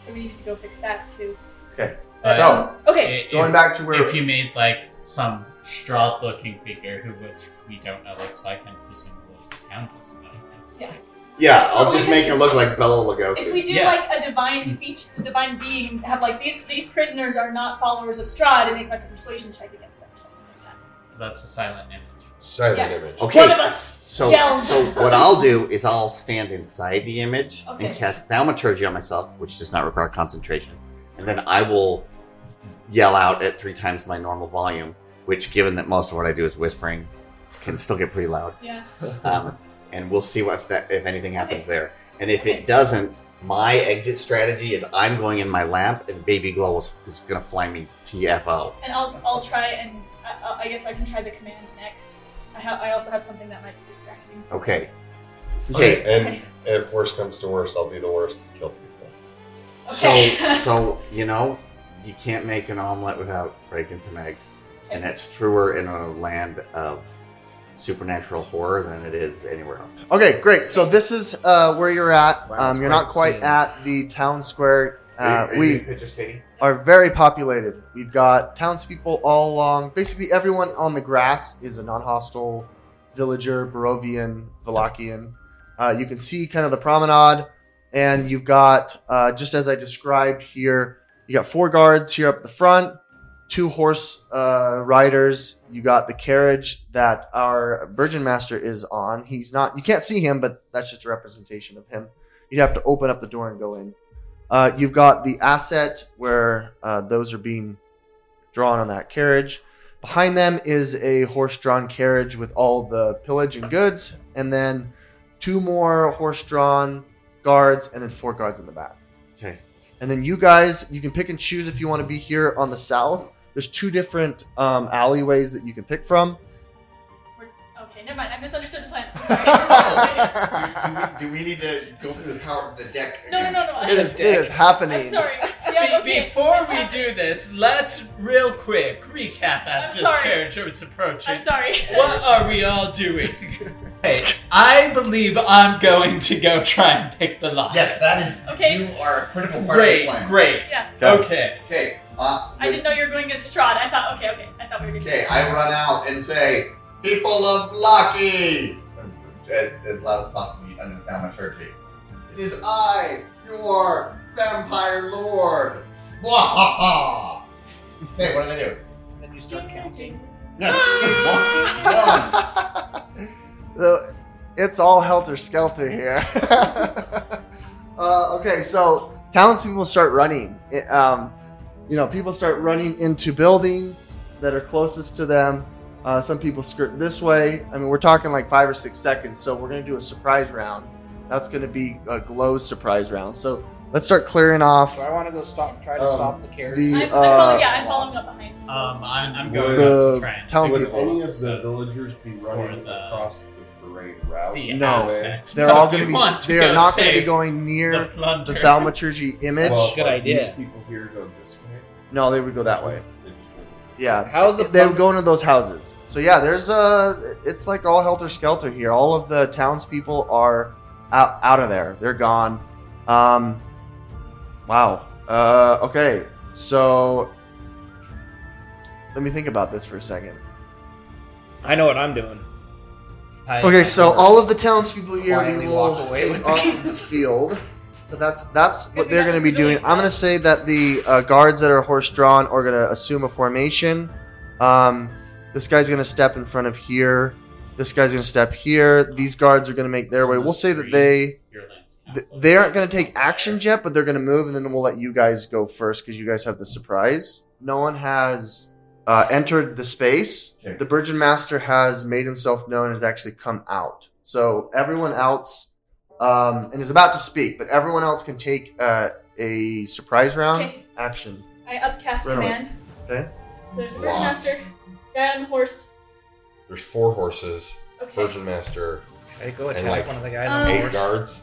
Speaker 4: So we needed to go fix that too.
Speaker 2: Okay.
Speaker 3: But
Speaker 2: So
Speaker 4: Okay.
Speaker 10: eh,
Speaker 3: i-
Speaker 2: going
Speaker 3: if-
Speaker 2: back to where
Speaker 3: if you made like some straw looking figure who which we don't know looks like and presumably the town doesn't know what it looks like.
Speaker 6: Yeah,
Speaker 4: So
Speaker 6: I'll just
Speaker 4: we-
Speaker 6: make it look like Bella
Speaker 4: If we
Speaker 6: Lugosi.
Speaker 4: do
Speaker 3: Yeah.
Speaker 4: like a divine feat, a divine being, and have like these these prisoners are not followers of Strahd, and make like a persuasion check against them or something like that.
Speaker 3: That's a silent image.
Speaker 9: Silent
Speaker 4: Yeah.
Speaker 9: image.
Speaker 4: One
Speaker 6: Okay.
Speaker 4: of us
Speaker 6: So,
Speaker 4: yells.
Speaker 6: so what I'll do is I'll stand inside the image
Speaker 4: Okay.
Speaker 6: and cast thaumaturgy on myself, which does not require concentration, and then I will yell out at three times my normal volume, which, given that most of what I do is whispering, can still get pretty loud.
Speaker 4: yeah.
Speaker 6: um, and we'll see what if that if anything happens there. And if
Speaker 4: Okay.
Speaker 6: it doesn't, my exit strategy is I'm going in my lamp, and Baby Glow is, is going to fly me TFO.
Speaker 4: And I'll I'll try and I, I- I guess I can try the command next. I ha- I also have something that might be distracting.
Speaker 6: Okay.
Speaker 9: Okay,
Speaker 6: Okay.
Speaker 9: and if worse comes to worse, I'll be the worst and kill people.
Speaker 4: Okay.
Speaker 6: So so you know you can't make an omelet without breaking some eggs, and that's truer in a land of supernatural horror than it is anywhere else.
Speaker 2: Okay, great. So this is uh, where you're at.
Speaker 8: Wow,
Speaker 2: Um, you're
Speaker 8: it's
Speaker 2: not
Speaker 8: quite
Speaker 2: quite
Speaker 8: the
Speaker 2: at the town square. Uh,
Speaker 6: Are you- are you
Speaker 2: we
Speaker 6: doing pictures, Katie?
Speaker 2: are very populated. We've got townspeople all along. Basically, everyone on the grass is a non-hostile villager, Barovian, Valachian. Uh, you can see kind of the promenade, and you've got uh, just as I described here. You got four guards here up the front, two horse uh, riders. You got the carriage that our Virgin Master is on. He's not. You can't see him, but that's just a representation of him. You'd have to open up the door and go in. Uh, you've got the asset where uh, those are being drawn on that carriage. Behind them is a horse drawn carriage with all the pillage and goods, and then two more horse drawn guards, and then four guards in the back.
Speaker 6: Okay.
Speaker 2: And then you guys, you can pick and choose if you want to be here on the south. There's two different um, alleyways that you can pick from.
Speaker 4: We're, okay, never mind. I misunderstood the plan. I'm sorry.
Speaker 6: do, we, do we need to go through the power the deck?
Speaker 4: no, no, no, no.
Speaker 2: It is, it is
Speaker 4: I'm
Speaker 2: happening.
Speaker 4: sorry. Yeah,
Speaker 10: Be-
Speaker 4: okay.
Speaker 10: Before
Speaker 4: It's
Speaker 10: we
Speaker 4: happening.
Speaker 10: do this, let's real quick recap as
Speaker 4: I'm
Speaker 10: this
Speaker 4: sorry.
Speaker 10: character was approaching.
Speaker 4: I'm sorry.
Speaker 10: What are we all doing? hey, I believe I'm going to go try and pick the lock.
Speaker 6: Yes, that is.
Speaker 4: Okay.
Speaker 6: You are a critical part of this
Speaker 10: Great,
Speaker 6: plan.
Speaker 10: great.
Speaker 4: Yeah.
Speaker 10: Okay.
Speaker 6: Okay. Uh,
Speaker 4: I didn't know you were going as Strahd. I thought, okay, okay. I thought we were going to
Speaker 6: Okay, I run out and say, "People of Lockie," as, as loud as possible under down my church. It is I, your vampire lord. Wah ha ha! Hey, what do they do?
Speaker 10: Then you start counting.
Speaker 6: No. One, one.
Speaker 2: The- it's all helter skelter here. uh, okay, so townspeople start running. It, um, you know, people start running into buildings that are closest to them. Uh, some people skirt this way. I mean, we're talking like five or six seconds, so we're going to do a surprise round. That's going to be a glow surprise round. So let's start clearing off
Speaker 11: So I want to go stop, try to
Speaker 2: Um,
Speaker 11: stop the carriage.
Speaker 2: the-
Speaker 4: I'm, I'm
Speaker 2: uh,
Speaker 4: following, yeah, I'm following up behind you.
Speaker 10: Um, I'm, I'm going up
Speaker 2: The
Speaker 10: to try and
Speaker 2: town
Speaker 7: Would
Speaker 2: people.
Speaker 7: any of the villagers be running
Speaker 10: For the-
Speaker 7: across the parade route?
Speaker 10: the
Speaker 2: No,
Speaker 10: assets,
Speaker 2: They're
Speaker 10: but
Speaker 2: all
Speaker 10: we
Speaker 2: going to
Speaker 10: want
Speaker 2: be.
Speaker 10: to
Speaker 2: They are
Speaker 10: go
Speaker 2: not going to be
Speaker 10: save
Speaker 2: going near
Speaker 10: the plunder.
Speaker 2: the thaumaturgy image.
Speaker 7: Well,
Speaker 11: Good
Speaker 7: are
Speaker 11: idea.
Speaker 7: These people here go this way.
Speaker 2: no, they would go that way.
Speaker 7: They just went
Speaker 2: Yeah,
Speaker 11: How's the
Speaker 2: they would
Speaker 11: fuck-
Speaker 2: go into those houses. So yeah, there's a. It's like all helter skelter here. All of the townspeople are out out of there. They're gone. Um, wow. Uh, okay. So let me think about this for a second.
Speaker 11: I know what I'm doing.
Speaker 2: Okay, so all of the townspeople here
Speaker 11: Quietly
Speaker 2: will
Speaker 11: walk away
Speaker 2: is
Speaker 11: with the
Speaker 2: on
Speaker 11: kids.
Speaker 2: the field. So that's that's what
Speaker 4: Maybe
Speaker 2: they're
Speaker 4: not
Speaker 2: going to be doing.
Speaker 4: civilians,
Speaker 2: I'm going to
Speaker 4: right?
Speaker 2: say that the uh, guards that are horse drawn are going to assume a formation. Um, this guy's going to step in front of here. This guy's going to step here. These guards are going to make their way. We'll say that they
Speaker 10: Your lens count.
Speaker 2: th- they aren't going to take action yet, but they're going to move, and then we'll let you guys go first because you guys have the surprise. No one has uh, entered the space.
Speaker 7: Okay.
Speaker 2: The Virgin Master has made himself known and has actually come out. So everyone else um, and is about to speak, but everyone else can take uh, a surprise round
Speaker 4: Okay.
Speaker 2: action.
Speaker 4: I upcast
Speaker 2: Right away.
Speaker 4: command.
Speaker 2: Okay.
Speaker 4: So there's the
Speaker 9: Lots.
Speaker 4: Virgin Master, guy on the horse.
Speaker 9: There's four horses,
Speaker 4: Okay.
Speaker 9: Virgin Master,
Speaker 11: Should I go
Speaker 9: And
Speaker 11: attack
Speaker 9: like-
Speaker 11: one of the guys
Speaker 4: Um,
Speaker 11: on the
Speaker 9: eight
Speaker 11: horse?
Speaker 9: guards.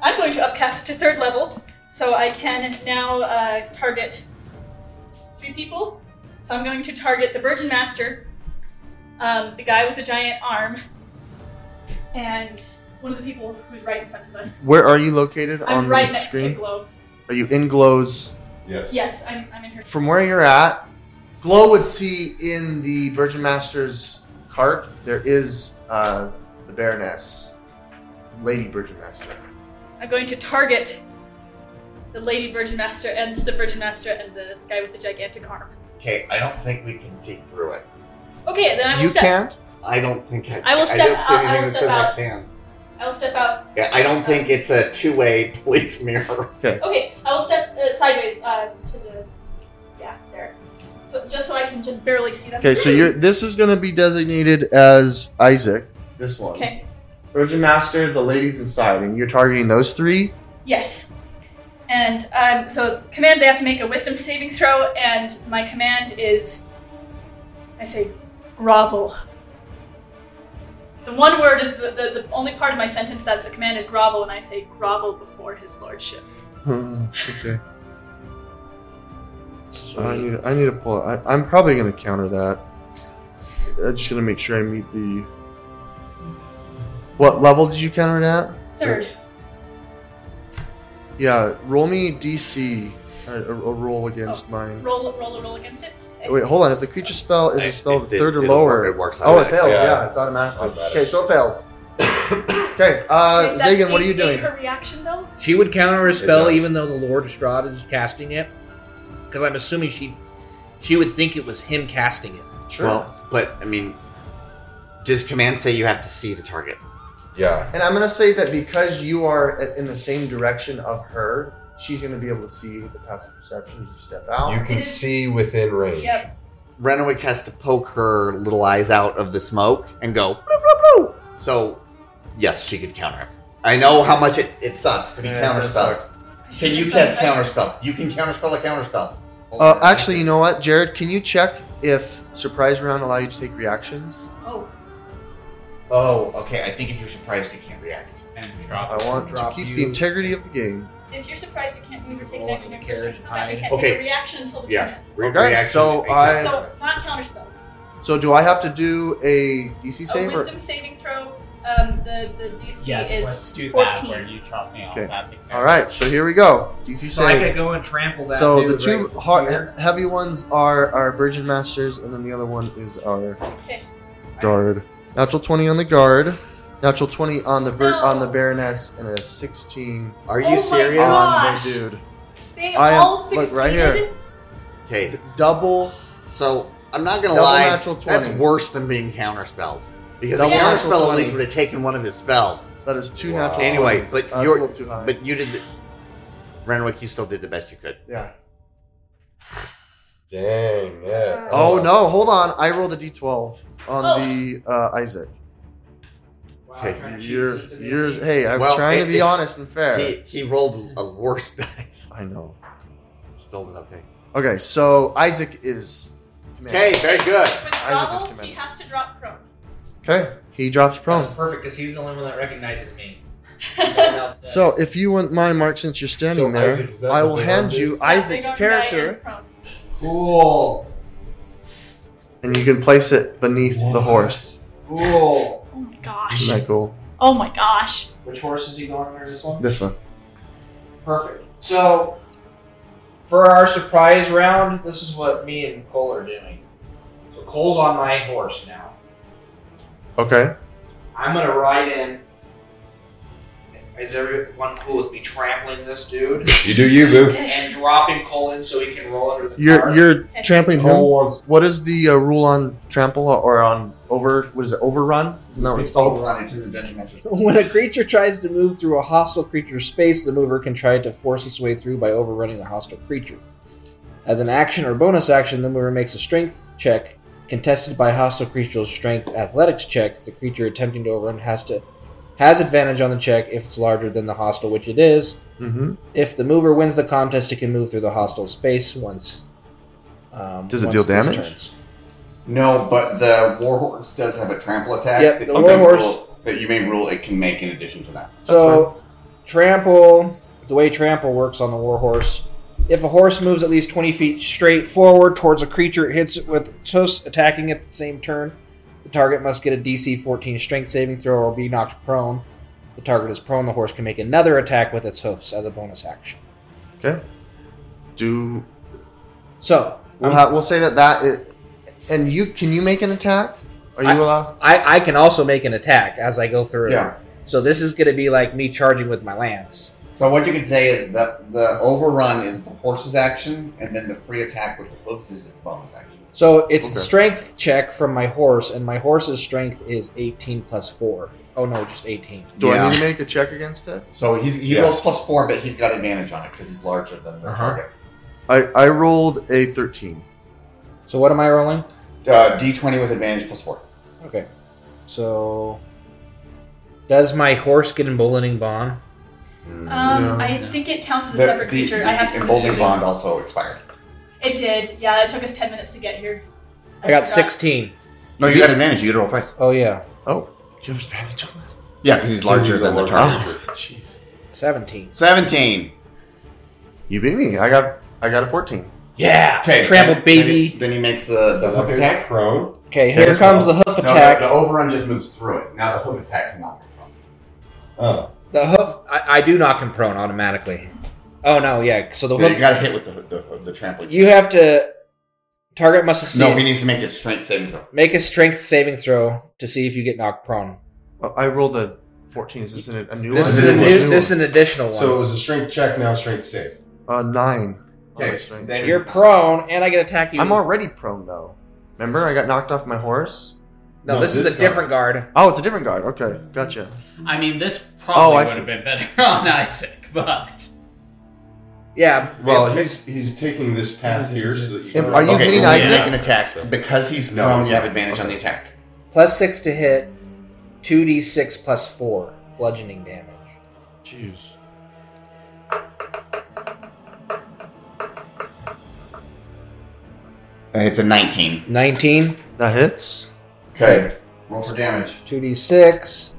Speaker 4: I'm going to upcast it to third level, so I can now uh, target three people. So I'm going to target the Virgin Master, um, the guy with the giant arm, and one of the people who's right in front of us.
Speaker 2: Where are you located
Speaker 4: I'm
Speaker 2: on
Speaker 4: right
Speaker 2: the
Speaker 4: next to
Speaker 2: screen?
Speaker 4: Glow.
Speaker 2: Are you in Glow's?
Speaker 7: Yes.
Speaker 4: Yes, I'm, I'm in her.
Speaker 2: From where you're at, Glow would see in the Virgin Master's cart there is uh, the Baroness, Lady Virgin Master.
Speaker 4: I'm going to target the Lady Virgin Master and the Virgin Master and the guy with the gigantic arm.
Speaker 6: Okay, I don't think we can see through it.
Speaker 4: Okay, then I will
Speaker 2: You
Speaker 4: step.
Speaker 2: can't.
Speaker 6: I don't think I.
Speaker 4: I will
Speaker 6: can.
Speaker 4: step
Speaker 6: I don't
Speaker 4: out-
Speaker 6: see
Speaker 4: I will
Speaker 6: anything that
Speaker 4: step
Speaker 6: says I
Speaker 4: out.
Speaker 6: can.
Speaker 4: I will step out.
Speaker 6: Yeah, I don't think it's a two-way police mirror.
Speaker 4: Okay, I will step uh, sideways uh, to the yeah there. So just so I can just barely see them.
Speaker 2: Okay, so you're. This is going to be designated as Isaac. This one.
Speaker 4: Okay.
Speaker 2: Virgin Master, the ladies inside, and you're targeting those three.
Speaker 4: Yes. And um, so command, they have to make a wisdom saving throw, and my command is, I say, grovel. The one word is the, the, the only part of my sentence that's the command is grovel, and I say grovel before his lordship.
Speaker 2: Hmm, okay. I need. I need to pull. I, I'm probably going to counter that. I'm just going to make sure I meet the. What level did you counter it at?
Speaker 4: Third.
Speaker 2: Yeah, roll me DC. A, a, a roll
Speaker 4: Oh.
Speaker 2: against mine.
Speaker 4: Roll, roll, roll against it.
Speaker 2: Wait, hold on. If the creature spell is a spell
Speaker 6: It- it-
Speaker 2: third or
Speaker 6: it'll
Speaker 2: lower,
Speaker 6: work- It works.
Speaker 2: oh, it
Speaker 6: automatically.
Speaker 2: fails. Yeah,
Speaker 7: Yeah.
Speaker 2: it's automatic.
Speaker 9: Automatic.
Speaker 2: Okay, so it fails. okay, uh,
Speaker 4: Wait, that
Speaker 2: Zagan, what are you
Speaker 4: ain't- ain't
Speaker 2: doing?
Speaker 4: Her reaction though.
Speaker 11: She would counter her
Speaker 9: It
Speaker 11: spell
Speaker 9: does.
Speaker 11: even though the Lord Estrada is casting it, because I'm assuming she she would think it was him casting it.
Speaker 2: Sure.
Speaker 6: Well, but I mean, does command say you have to see the target?
Speaker 9: Yeah.
Speaker 2: and I'm gonna say that because you are at- in the same direction of her, she's gonna be able to see you with the passive perception as you step out.
Speaker 9: You can see within range.
Speaker 4: Yep.
Speaker 6: Renwick has to poke her little eyes out of the smoke and go, "Bloop, bloop, bloop." so yes, she could counter it. I know how much it, it sucks to be
Speaker 2: Yeah, it does
Speaker 6: counterspelled. Can you cast counterspell? You can counterspell a counterspell.
Speaker 2: Uh, actually, you know what, Jared? Can you check if surprise round allow you to take reactions?
Speaker 4: Oh.
Speaker 6: Oh, okay. I think if you're surprised, you can't react.
Speaker 12: And drop.
Speaker 2: I want to
Speaker 6: Drop
Speaker 2: keep
Speaker 6: you.
Speaker 2: the integrity of the game.
Speaker 4: If you're surprised, you can't move or take an action. If you're
Speaker 6: carriage
Speaker 4: surprised, you can't
Speaker 2: Okay.
Speaker 4: take a reaction until the
Speaker 6: Yeah.
Speaker 4: turn ends.
Speaker 6: Re-
Speaker 2: Okay,
Speaker 6: reaction,
Speaker 2: so
Speaker 6: make
Speaker 2: I
Speaker 4: So not counterspell.
Speaker 2: so do I have to do a DC
Speaker 4: A
Speaker 2: save or
Speaker 4: Oh, wisdom saving throw. Um, the the DC
Speaker 12: Yes,
Speaker 4: is
Speaker 12: let's do
Speaker 4: 14.
Speaker 12: that where you chop me off
Speaker 2: Okay.
Speaker 12: that big
Speaker 2: All right, so here we go. DC
Speaker 3: So I
Speaker 2: save.
Speaker 3: could go and trample that.
Speaker 2: so the
Speaker 3: dude
Speaker 2: two
Speaker 3: right
Speaker 2: hard,
Speaker 3: here.
Speaker 2: he- heavy ones are our Virgin Masters, and then the other one is our
Speaker 4: Okay.
Speaker 2: guard. Natural twenty on the guard. Natural twenty on the bir-
Speaker 4: No.
Speaker 2: on the Baroness, and a sixteen.
Speaker 6: Are
Speaker 4: you Oh my serious?
Speaker 2: On the
Speaker 4: gosh.
Speaker 2: dude.
Speaker 4: They
Speaker 2: I am-
Speaker 4: all
Speaker 2: look,
Speaker 4: succeeded.
Speaker 2: right here.
Speaker 6: Okay.
Speaker 2: Double.
Speaker 6: So I'm not gonna
Speaker 2: Double
Speaker 6: lie.
Speaker 2: natural 20.
Speaker 6: That's worse than being counterspelled because a
Speaker 2: Double natural
Speaker 6: counterspell at
Speaker 2: 20.
Speaker 6: least would have taken one of his spells.
Speaker 2: That is two
Speaker 6: Wow.
Speaker 2: natural.
Speaker 6: Anyway,
Speaker 2: 20s.
Speaker 6: but
Speaker 2: Oh, That's a
Speaker 6: you're
Speaker 2: little too high.
Speaker 6: but you did, the, Renwick. You still did the best you could.
Speaker 2: yeah.
Speaker 13: Dang, yeah.
Speaker 2: Oh no! Hold on. I rolled a d12 on
Speaker 4: Oh.
Speaker 2: the uh, Isaac.
Speaker 6: Okay.
Speaker 2: You're, you're. Hey, I'm
Speaker 6: Well,
Speaker 2: trying
Speaker 6: it-
Speaker 2: to be
Speaker 6: it-
Speaker 2: honest and fair.
Speaker 6: He he rolled a worse dice.
Speaker 2: I know.
Speaker 6: Still did okay.
Speaker 2: Okay, so Isaac is.
Speaker 6: Okay, very good.
Speaker 4: With
Speaker 2: Isaac is
Speaker 4: Grovel, he
Speaker 2: commanded.
Speaker 4: has to drop prone.
Speaker 2: Okay, he drops prone.
Speaker 3: That's perfect because he's the only one that recognizes me. No one else does.
Speaker 2: So if you wouldn't mind, Mark, since you're standing
Speaker 13: So,
Speaker 2: there,
Speaker 13: Isaac, is that
Speaker 2: I
Speaker 13: the
Speaker 2: will
Speaker 13: big
Speaker 2: hand
Speaker 13: one?
Speaker 2: you
Speaker 4: That big
Speaker 2: Isaac's
Speaker 4: old guy is
Speaker 2: character,
Speaker 4: prone.
Speaker 3: cool,
Speaker 2: and you can place it beneath the horse.
Speaker 3: cool.
Speaker 4: Oh my gosh.
Speaker 2: Isn't that cool?
Speaker 4: Oh my gosh.
Speaker 3: Which horse is he going? Where's this one?
Speaker 2: This one.
Speaker 3: Perfect. So, for our surprise round, this is what me and Cole are doing. So Cole's on my horse now.
Speaker 2: Okay.
Speaker 3: I'm gonna ride in. Is everyone cool with me trampling this dude
Speaker 13: You do you, boo.
Speaker 3: and dropping Cole in so he can roll under the
Speaker 2: You're
Speaker 3: car?
Speaker 2: you're trampling
Speaker 13: Cole
Speaker 2: him.
Speaker 13: wants.
Speaker 2: What is the uh, rule on trample or on over? What is it? Overrun? Isn't that what it's called?
Speaker 8: When a creature tries to move through a hostile creature's space, the mover can try to force its way through by overrunning the hostile creature. As an action or bonus action, the mover makes a strength check contested by hostile creature's strength athletics check. The creature attempting to overrun has to has advantage on the check if it's larger than the hostile, which it is.
Speaker 2: Mm-hmm.
Speaker 8: If the mover wins the contest, it can move through the hostile space once. Um,
Speaker 2: Does it
Speaker 8: once
Speaker 2: deal
Speaker 8: this
Speaker 2: damage?
Speaker 8: turns.
Speaker 9: No, but the warhorse does have a trample attack.
Speaker 8: Yep,
Speaker 9: that
Speaker 8: the
Speaker 9: you
Speaker 8: war
Speaker 9: may
Speaker 8: horse-
Speaker 9: rule- that you may rule it can make in addition to that.
Speaker 8: So, trample, the way trample works on the warhorse, if a horse moves at least 20 feet straight forward towards a creature it hits it with tus attacking at the same turn, the target must get a DC 14 strength saving throw or be knocked prone. The target is prone, the horse can make another attack with its hoofs as a bonus action.
Speaker 2: Okay. Do
Speaker 8: So,
Speaker 2: we'll, ha- we'll say that that is, and you can you make an attack? Are you allowed?
Speaker 8: I, I can also make an attack as I go through.
Speaker 9: Yeah.
Speaker 8: So, this is going to be like me charging with my lance.
Speaker 9: So what you could say is that the overrun is the horse's action, and then the free attack with the hooves is its bonus action.
Speaker 8: So it's the
Speaker 2: Okay.
Speaker 8: strength check from my horse, and my horse's strength is 18 plus 4. Oh no, just 18.
Speaker 2: Do
Speaker 9: Yeah.
Speaker 2: I need to make a check against it?
Speaker 9: So he's he
Speaker 13: Yes.
Speaker 9: rolls plus four, but he's got advantage on it because he's larger than the target.
Speaker 2: I I rolled a thirteen.
Speaker 8: So what am I rolling?
Speaker 9: Uh, D twenty with advantage plus four.
Speaker 8: Okay. So does my horse get emboldening bond?
Speaker 4: Um,
Speaker 2: Yeah.
Speaker 4: I think it counts as a
Speaker 9: The-
Speaker 4: separate
Speaker 9: the-
Speaker 4: creature.
Speaker 9: the
Speaker 4: I have to
Speaker 9: emboldening
Speaker 4: substitute
Speaker 9: bond also expired.
Speaker 4: It. it did. Yeah, it took us 10 minutes to get here.
Speaker 8: I got
Speaker 4: forgot.
Speaker 8: 16.
Speaker 9: No, you got advantage. You get to roll twice.
Speaker 8: Oh yeah,
Speaker 2: Oh, you have advantage on that.
Speaker 9: Yeah, because he's larger
Speaker 13: He's a
Speaker 9: than the
Speaker 13: larger
Speaker 9: target.
Speaker 2: Oh, jeez.
Speaker 8: 17.
Speaker 9: Seventeen.
Speaker 2: You beat me. I got I got a fourteen.
Speaker 8: Yeah.
Speaker 9: Okay,
Speaker 8: Trample
Speaker 9: then- Then
Speaker 8: baby.
Speaker 9: he, then he makes the, the hoof
Speaker 13: Okay,
Speaker 9: attack.
Speaker 13: Prone.
Speaker 8: Okay, here
Speaker 13: Okay.
Speaker 8: comes the hoof
Speaker 9: No,
Speaker 8: attack.
Speaker 9: the, the overrun just moves through it. Now the hoof attack cannot.
Speaker 13: Oh,
Speaker 8: The hoof I, I do knock him prone automatically. Oh no, yeah. So the
Speaker 9: Well, you
Speaker 8: hoof
Speaker 9: got to hit with the the, the trampling.
Speaker 8: you have to target must succeed.
Speaker 9: no, he needs to make a strength saving throw.
Speaker 8: Make a strength saving throw to see if you get knocked prone.
Speaker 2: Well, Uh, I rolled a fourteen. Is this an, a new
Speaker 8: This
Speaker 2: one?
Speaker 8: is,
Speaker 13: a
Speaker 8: an,
Speaker 13: new-
Speaker 2: one.
Speaker 8: this is an additional one.
Speaker 13: so it was a strength check. Now strength save.
Speaker 2: Uh, nine.
Speaker 9: Okay,
Speaker 2: Oh, my strength.
Speaker 9: then
Speaker 8: You're prone, and I get attack you.
Speaker 2: I'm already prone though. Remember, I got knocked off my horse.
Speaker 8: no,
Speaker 13: No,
Speaker 8: this,
Speaker 13: this
Speaker 8: is a
Speaker 13: time.
Speaker 8: different guard.
Speaker 2: Oh, it's a different guard. Okay, gotcha.
Speaker 14: I mean, this probably
Speaker 2: Oh, I
Speaker 14: would
Speaker 2: see.
Speaker 14: have been better on Isaac, but
Speaker 8: Yeah.
Speaker 15: Well, he's he's taking this path here so that you
Speaker 8: Are you
Speaker 6: okay,
Speaker 9: Oh,
Speaker 8: hitting
Speaker 6: roll me
Speaker 8: Isaac?
Speaker 6: an attack because he's
Speaker 15: No,
Speaker 6: prone. You have
Speaker 15: yeah.
Speaker 6: advantage on
Speaker 15: Okay.
Speaker 6: the attack.
Speaker 8: Plus six to hit, two d six plus four bludgeoning damage.
Speaker 15: Jeez.
Speaker 6: It's a 19.
Speaker 8: 19.
Speaker 2: That hits.
Speaker 6: Okay. Roll for damage.
Speaker 8: 2d6.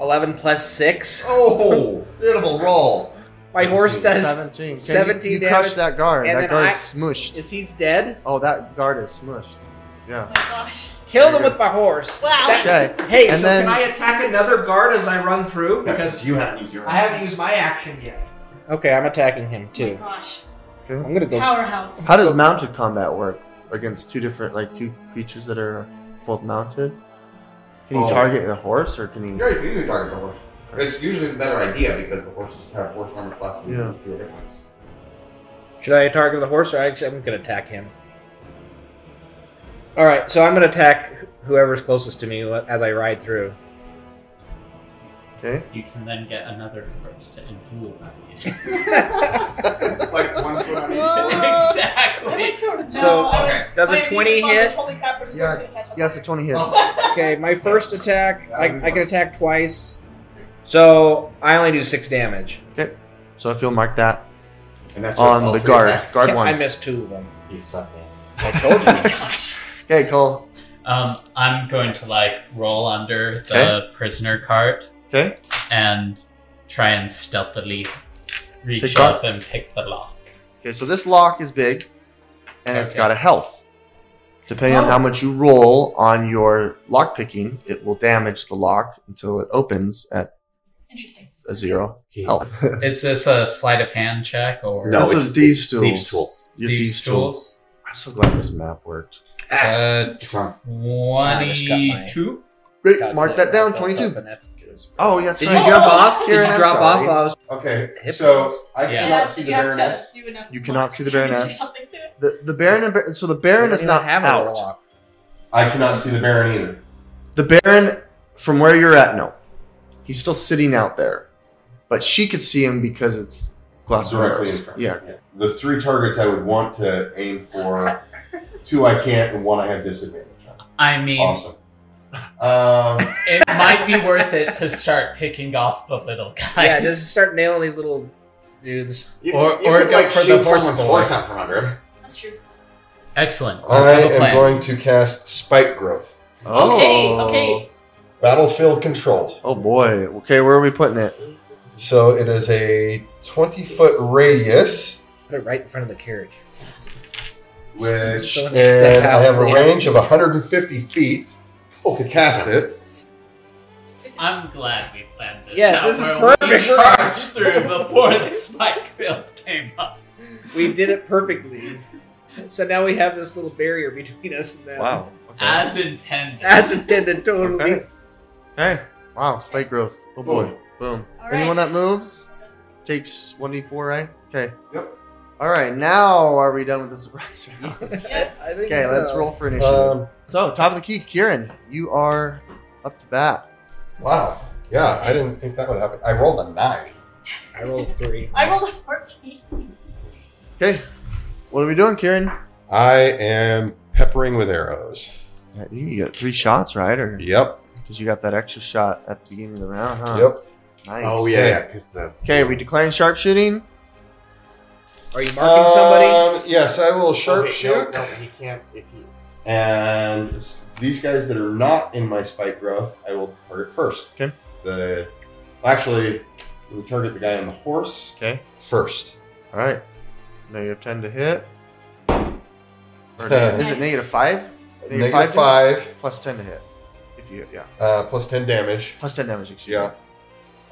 Speaker 8: 11 plus 6.
Speaker 6: Oh, beautiful roll.
Speaker 8: My horse does
Speaker 2: 17.
Speaker 8: 17,
Speaker 2: Okay, you, you crushed
Speaker 8: damage.
Speaker 2: that guard.
Speaker 8: and
Speaker 2: that
Speaker 8: then
Speaker 2: guard
Speaker 8: I-
Speaker 2: smushed.
Speaker 8: Is he's dead?
Speaker 2: Oh, that guard is smushed. Yeah.
Speaker 4: Oh Gosh.
Speaker 8: Killed him with my horse.
Speaker 4: Wow.
Speaker 2: Okay.
Speaker 8: Hey,
Speaker 2: and
Speaker 16: so
Speaker 2: then
Speaker 16: can I attack another guard as I run through? Because
Speaker 6: you haven't used your.
Speaker 16: I haven't used my action yet.
Speaker 8: Okay, I'm attacking him too.
Speaker 4: Oh Gosh.
Speaker 2: Okay.
Speaker 8: I'm gonna go.
Speaker 4: Powerhouse.
Speaker 2: How does mounted combat work against two different, like two creatures that are both mounted? Can you
Speaker 6: Oh.
Speaker 2: target the horse, or can
Speaker 6: Yeah,
Speaker 2: you?
Speaker 6: you can usually target the horse. It's usually the better idea because the horses have horse armor class and
Speaker 2: Yeah.
Speaker 6: fewer hit points.
Speaker 8: Should I target the horse or I actually, I'm gonna attack him? Alright, so I'm gonna attack whoever's closest to me as I ride through.
Speaker 2: Okay.
Speaker 3: You can then get another horse and duel about it.
Speaker 6: like one foot on each.
Speaker 4: I
Speaker 3: exactly.
Speaker 4: went to no,
Speaker 8: So,
Speaker 4: I was,
Speaker 8: does a
Speaker 4: my immediate
Speaker 8: 20
Speaker 4: response was,
Speaker 8: hit?
Speaker 4: Holy crap, we're supposed
Speaker 2: Yeah.
Speaker 4: to catch up.
Speaker 2: Yes, a twenty hits.
Speaker 8: Okay, my first attack, I, I can attack twice. So I only do six damage.
Speaker 2: Okay. So if you'll mark that
Speaker 6: And that's
Speaker 2: on
Speaker 6: all
Speaker 2: the
Speaker 6: three
Speaker 2: guard,
Speaker 6: attacks.
Speaker 2: guard
Speaker 8: I
Speaker 2: one.
Speaker 8: missed two of them.
Speaker 6: You suck, man.
Speaker 2: Okay, Cole.
Speaker 3: Um, I'm going to like roll under the prisoner cart
Speaker 2: Okay.
Speaker 3: and try and stealthily reach
Speaker 2: Pick
Speaker 3: up
Speaker 2: up.
Speaker 3: and pick the lock.
Speaker 2: Okay. So this lock is big, and it's
Speaker 3: Okay.
Speaker 2: got a health. Depending on how much you roll on your lock picking, it will damage the lock until it opens at
Speaker 4: Interesting.
Speaker 2: a zero
Speaker 9: Oh.
Speaker 2: health.
Speaker 3: Is this a sleight of hand check or
Speaker 6: No,
Speaker 2: this
Speaker 6: it's-
Speaker 2: is thieves tools.
Speaker 6: Thieves' tools.
Speaker 2: Your
Speaker 3: thieves tools?
Speaker 2: I'm so glad this map worked.
Speaker 3: Uh,
Speaker 6: It's wrong.
Speaker 8: I just got my-
Speaker 3: twenty-two.
Speaker 2: Great,
Speaker 8: Got
Speaker 2: mark
Speaker 8: that
Speaker 2: that down.
Speaker 8: built up
Speaker 2: Twenty-two.
Speaker 8: and that-
Speaker 2: Oh, yeah. that's
Speaker 8: Did
Speaker 2: right.
Speaker 8: you jump off? Did
Speaker 2: Kieran,
Speaker 8: you
Speaker 2: I'm
Speaker 8: drop off
Speaker 2: sorry.
Speaker 8: while I was
Speaker 15: Okay,
Speaker 8: Hip
Speaker 15: so
Speaker 8: points.
Speaker 15: I
Speaker 3: Yeah.
Speaker 15: cannot
Speaker 4: Yes,
Speaker 15: see the
Speaker 4: you have to
Speaker 15: Baroness.
Speaker 4: do enough
Speaker 2: You cannot see the Baroness.
Speaker 4: Or something to it.
Speaker 2: The the Baron and Bar- so the Baron is
Speaker 8: I
Speaker 2: not
Speaker 8: don't have a
Speaker 2: out.
Speaker 8: warlock.
Speaker 15: I cannot see the Baron either.
Speaker 2: The Baron, from where you're at, no, he's still sitting out there, but she could see him because it's glass
Speaker 15: Directly in
Speaker 2: windows.
Speaker 15: front.
Speaker 2: Yeah.
Speaker 15: The three targets I would want to aim for, two I can't, and one I have disadvantage on.
Speaker 3: I mean,
Speaker 15: Awesome. Um,
Speaker 3: it might be worth it to start picking off the little guys.
Speaker 8: Yeah, just start nailing these little dudes.
Speaker 6: You,
Speaker 3: Or-
Speaker 6: you
Speaker 3: or
Speaker 6: could,
Speaker 3: go
Speaker 6: like
Speaker 3: for the
Speaker 6: shoot
Speaker 3: horse
Speaker 6: someone's
Speaker 3: boy.
Speaker 6: horse out from under him.
Speaker 4: That's true.
Speaker 3: excellent.
Speaker 9: I
Speaker 3: Have a
Speaker 9: am
Speaker 3: plan.
Speaker 9: going to cast Spike Growth.
Speaker 4: Okay,
Speaker 17: Oh.
Speaker 8: Oh.
Speaker 4: okay.
Speaker 9: Battlefield Control.
Speaker 2: Oh boy. Okay, where are we putting it?
Speaker 9: So it is a 20 foot radius,
Speaker 8: Put it right in front of the carriage.
Speaker 15: which
Speaker 8: So when
Speaker 9: and
Speaker 8: they step
Speaker 9: I
Speaker 8: out,
Speaker 9: have a
Speaker 8: they
Speaker 9: range of 150 feet
Speaker 6: Oh,
Speaker 9: to cast it.
Speaker 4: Goodness.
Speaker 3: I'm glad we planned this.
Speaker 8: Yes,
Speaker 3: out
Speaker 8: this is
Speaker 3: where
Speaker 8: perfect.
Speaker 3: We charged through before the spike field came up.
Speaker 8: We did it perfectly. So now we have this little barrier between us and them.
Speaker 2: Uh,
Speaker 3: As intended.
Speaker 8: As intended, totally.
Speaker 2: Okay. Hey. Wow. Spike growth. Oh boy. Boom.
Speaker 4: All right.
Speaker 2: Anyone that moves takes one d four, right? Okay.
Speaker 15: Yep.
Speaker 2: All right. Now are we done with the surprise round?
Speaker 4: Yes.
Speaker 8: I think
Speaker 2: Okay,
Speaker 8: so.
Speaker 2: let's roll for initiative.
Speaker 9: Um,
Speaker 2: so, top of the key, Kieran, you are up to bat.
Speaker 9: wow. Yeah, I didn't think that would happen. I rolled a 9.
Speaker 8: I rolled a three.
Speaker 4: I rolled a 14.
Speaker 2: Okay, what are we doing, Kieran?
Speaker 9: I am peppering with arrows.
Speaker 2: I think you got three shots, right? Or
Speaker 9: Yep.
Speaker 2: because you got that extra shot at the beginning of the round, huh?
Speaker 9: Yep.
Speaker 2: Nice.
Speaker 9: Oh, yeah, yeah, because the
Speaker 2: Okay, we declaring sharpshooting.
Speaker 8: Are you marking somebody?
Speaker 9: Um, yes, I will sharpshoot.
Speaker 6: Shoot. Oh, No, he can't. If he,
Speaker 15: And it's these guys that are not in my spike growth, I will target first.
Speaker 2: Okay.
Speaker 15: The well, actually, we target the guy on the horse
Speaker 2: Okay.
Speaker 9: First.
Speaker 2: All right. Negative ten to hit. Or neg- is it
Speaker 4: Nice.
Speaker 2: negative five? Negative
Speaker 9: Negative
Speaker 2: five
Speaker 9: five,
Speaker 2: to- Plus ten to hit. If you yeah.
Speaker 9: uh, plus 10 damage.
Speaker 2: Plus ten damage. Excuse
Speaker 9: Yeah.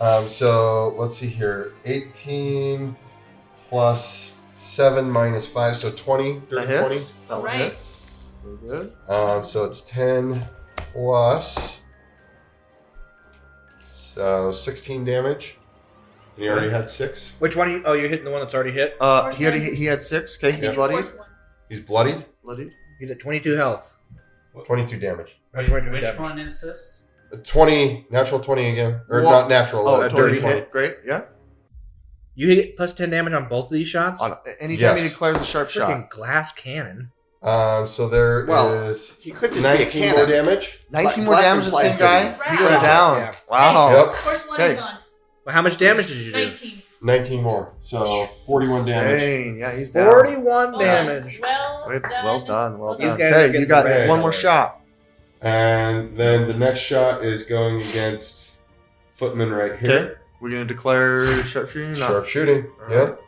Speaker 9: Um, so let's see here. 18 plus 7 minus 5, so 20.
Speaker 2: Me. That
Speaker 9: 30, 20.
Speaker 2: hits. That one
Speaker 4: Right.
Speaker 2: hits. Very good.
Speaker 9: Um, so it's 10 plus. So 16 damage.
Speaker 15: And he already had six.
Speaker 8: Which one? Are you, oh, you're hitting the one that's already hit.
Speaker 2: Uh,
Speaker 4: Horse
Speaker 2: he already
Speaker 4: one.
Speaker 2: hit- he had six. Okay,
Speaker 4: And
Speaker 2: he's
Speaker 4: it's
Speaker 2: bloody.
Speaker 4: force one.
Speaker 9: He's bloodied.
Speaker 2: Bloody.
Speaker 8: He's at 22 health.
Speaker 9: 22 damage.
Speaker 8: Or
Speaker 3: Wait,
Speaker 8: 22
Speaker 3: which
Speaker 8: damage.
Speaker 3: one is this?
Speaker 9: A 20, natural 20 again. Or
Speaker 2: Wha-
Speaker 9: not natural,
Speaker 2: Oh,
Speaker 9: uh,
Speaker 2: totally
Speaker 9: dirty 20.
Speaker 2: hit. Great. Yeah.
Speaker 17: You hit plus ten damage on both of these shots.
Speaker 2: On- anytime
Speaker 9: he Yes.
Speaker 2: declares a sharp
Speaker 17: Freaking glass cannon.
Speaker 9: Um, so there is
Speaker 17: Well,
Speaker 18: he could
Speaker 17: just be a
Speaker 9: 19 more
Speaker 17: cannon.
Speaker 9: damage.
Speaker 2: 19 more damage to the same guy. He goes down.
Speaker 9: Yeah.
Speaker 2: Wow.
Speaker 9: Yep.
Speaker 4: Of course, one
Speaker 9: Okay.
Speaker 4: is gone.
Speaker 17: Well, how much damage did you do?
Speaker 4: 19.
Speaker 9: 19 more. So 41
Speaker 2: Insane.
Speaker 9: damage.
Speaker 2: Yeah, he's down.
Speaker 17: Forty-one
Speaker 4: Well
Speaker 17: damage.
Speaker 4: Well
Speaker 2: Good.
Speaker 4: done.
Speaker 2: Well done. Well
Speaker 17: These
Speaker 2: done.
Speaker 17: guys are
Speaker 2: Okay, you
Speaker 17: getting
Speaker 2: got
Speaker 9: ready.
Speaker 2: one more shot.
Speaker 9: And then the next shot is going against Footman right
Speaker 2: Okay.
Speaker 9: here.
Speaker 2: We're going to declare sharp shooting. or not?
Speaker 9: Sharp shooting. Yep.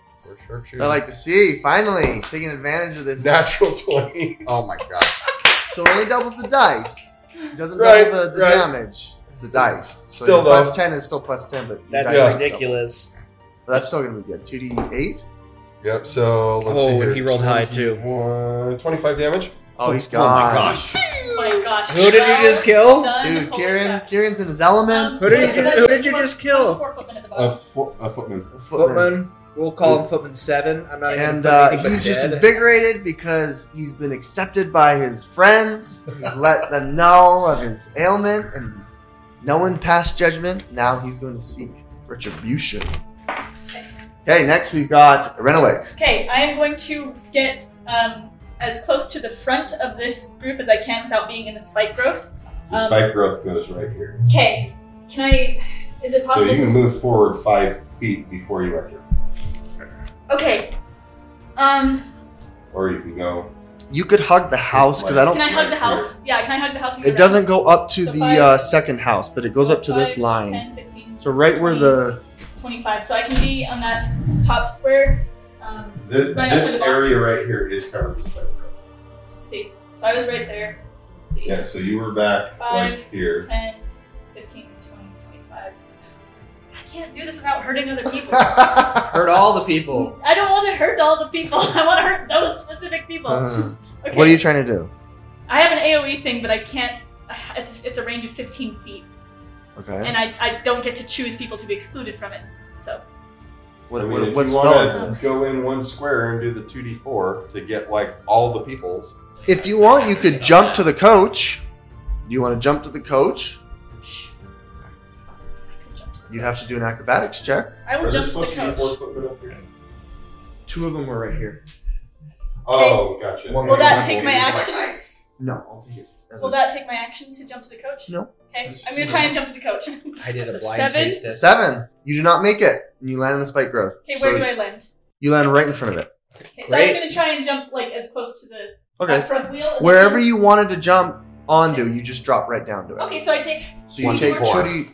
Speaker 9: We're sharp
Speaker 2: I like to see. Finally, taking advantage of this.
Speaker 9: Natural 20.
Speaker 18: Oh my god.
Speaker 2: So it only doubles the dice. It doesn't
Speaker 9: Right,
Speaker 2: double the, the
Speaker 9: right.
Speaker 2: damage. It's the dice. So
Speaker 9: Still
Speaker 2: your plus
Speaker 9: though.
Speaker 2: 10 is still plus 10, but your
Speaker 17: That's
Speaker 2: dice is double.
Speaker 17: ridiculous.
Speaker 2: But that's still going to be good. 2d8?
Speaker 9: Yep. So let's see.
Speaker 17: Oh, and
Speaker 9: here.
Speaker 17: he rolled high too.
Speaker 9: 21 25 damage.
Speaker 2: Oh, he's
Speaker 9: Oh my
Speaker 2: gone.
Speaker 9: gosh.
Speaker 4: Oh my gosh.
Speaker 17: Who did you just kill?
Speaker 2: Dude, Kieran, Kieran's in his
Speaker 4: Um,
Speaker 2: element.
Speaker 17: Who did you? ju- Who did you just kill?
Speaker 4: Four footmen at the
Speaker 9: A,
Speaker 4: bottom.
Speaker 9: fo- a
Speaker 2: Um,
Speaker 9: footman.
Speaker 17: Footman. We'll call him Footman Seven. I'm not even.
Speaker 2: and
Speaker 17: gonna put
Speaker 2: uh,
Speaker 17: anything but
Speaker 2: he's just
Speaker 17: dead.
Speaker 2: invigorated because he's been accepted by his friends. He's let them know of his ailment, and no one passed judgment. Now he's going to seek retribution. Okay, next we've got Renaway.
Speaker 4: Okay, I am going to get um, as close to the front of this group as I can without being in the spike growth.
Speaker 9: The spike growth goes right here.
Speaker 4: Okay, can I? Is it
Speaker 9: So
Speaker 4: possible?
Speaker 9: you
Speaker 4: to
Speaker 9: can move forward five feet before you enter.
Speaker 4: Okay. Um,
Speaker 9: Or you can go.
Speaker 2: You could hug the house because I don't.
Speaker 4: can I hug the house? Yeah, can I hug the house? And
Speaker 2: It
Speaker 4: go
Speaker 2: doesn't
Speaker 4: back?
Speaker 2: go up to
Speaker 4: So
Speaker 2: the
Speaker 4: five-
Speaker 2: uh, second house, but it goes up to this
Speaker 4: five,
Speaker 2: line.
Speaker 4: 10, 15,
Speaker 2: So right where the
Speaker 4: 25. So I can be on that top square. Um,
Speaker 9: This,
Speaker 4: right outside
Speaker 9: this
Speaker 4: the box.
Speaker 9: area right here is covered with spike growth.
Speaker 4: Let's see. So I was right there. Let's see.
Speaker 9: Yeah, so you were back
Speaker 4: Five,
Speaker 9: like here.
Speaker 4: 10, 15, 20, 25. I can't do this without hurting other people.
Speaker 17: Hurt all the people.
Speaker 4: I don't want to hurt all the people. I want to hurt those specific people.
Speaker 2: Uh,
Speaker 4: okay.
Speaker 2: what are you trying to do?
Speaker 4: I have an AOE thing, but I can't. It's, it's a range of 15 feet,
Speaker 2: Okay.
Speaker 4: and I, I don't get to choose people to be excluded from it. So
Speaker 2: What,
Speaker 9: I mean,
Speaker 2: what-
Speaker 9: if
Speaker 2: what
Speaker 9: you
Speaker 2: spell is
Speaker 9: want
Speaker 2: it?
Speaker 9: to go in one square and do the 2d4 to get like all the peoples.
Speaker 2: If you want, you could jump to the coach. Do you want to jump to the coach? You'd have to do an acrobatics check.
Speaker 4: I will
Speaker 9: Are there
Speaker 4: jump to the
Speaker 9: supposed to be four
Speaker 4: coach.
Speaker 9: footmen up here?
Speaker 2: Two of them were right here.
Speaker 9: Oh, gotcha.
Speaker 2: One
Speaker 4: Will
Speaker 2: right
Speaker 4: that
Speaker 2: here.
Speaker 4: take my action?
Speaker 2: No. That's
Speaker 4: Will
Speaker 2: a-
Speaker 4: that take my action to jump to the coach?
Speaker 2: No.
Speaker 4: Okay, I'm gonna try and jump to the coach.
Speaker 17: I did
Speaker 4: That's
Speaker 17: a blind
Speaker 4: seven.
Speaker 17: taste test.
Speaker 2: Seven. You do not make it, and you land in the spike growth.
Speaker 4: Okay, where
Speaker 2: So
Speaker 4: do I land?
Speaker 2: You land right in front of it.
Speaker 4: Okay, so I was
Speaker 17: Great.
Speaker 4: gonna try and jump like as close to the
Speaker 2: Okay.
Speaker 4: that front wheel. as I
Speaker 2: Wherever
Speaker 4: can.
Speaker 2: you wanted to jump onto, you just drop right down to it.
Speaker 4: Okay, so I take
Speaker 2: So you
Speaker 18: One
Speaker 2: take
Speaker 18: D4.
Speaker 2: two d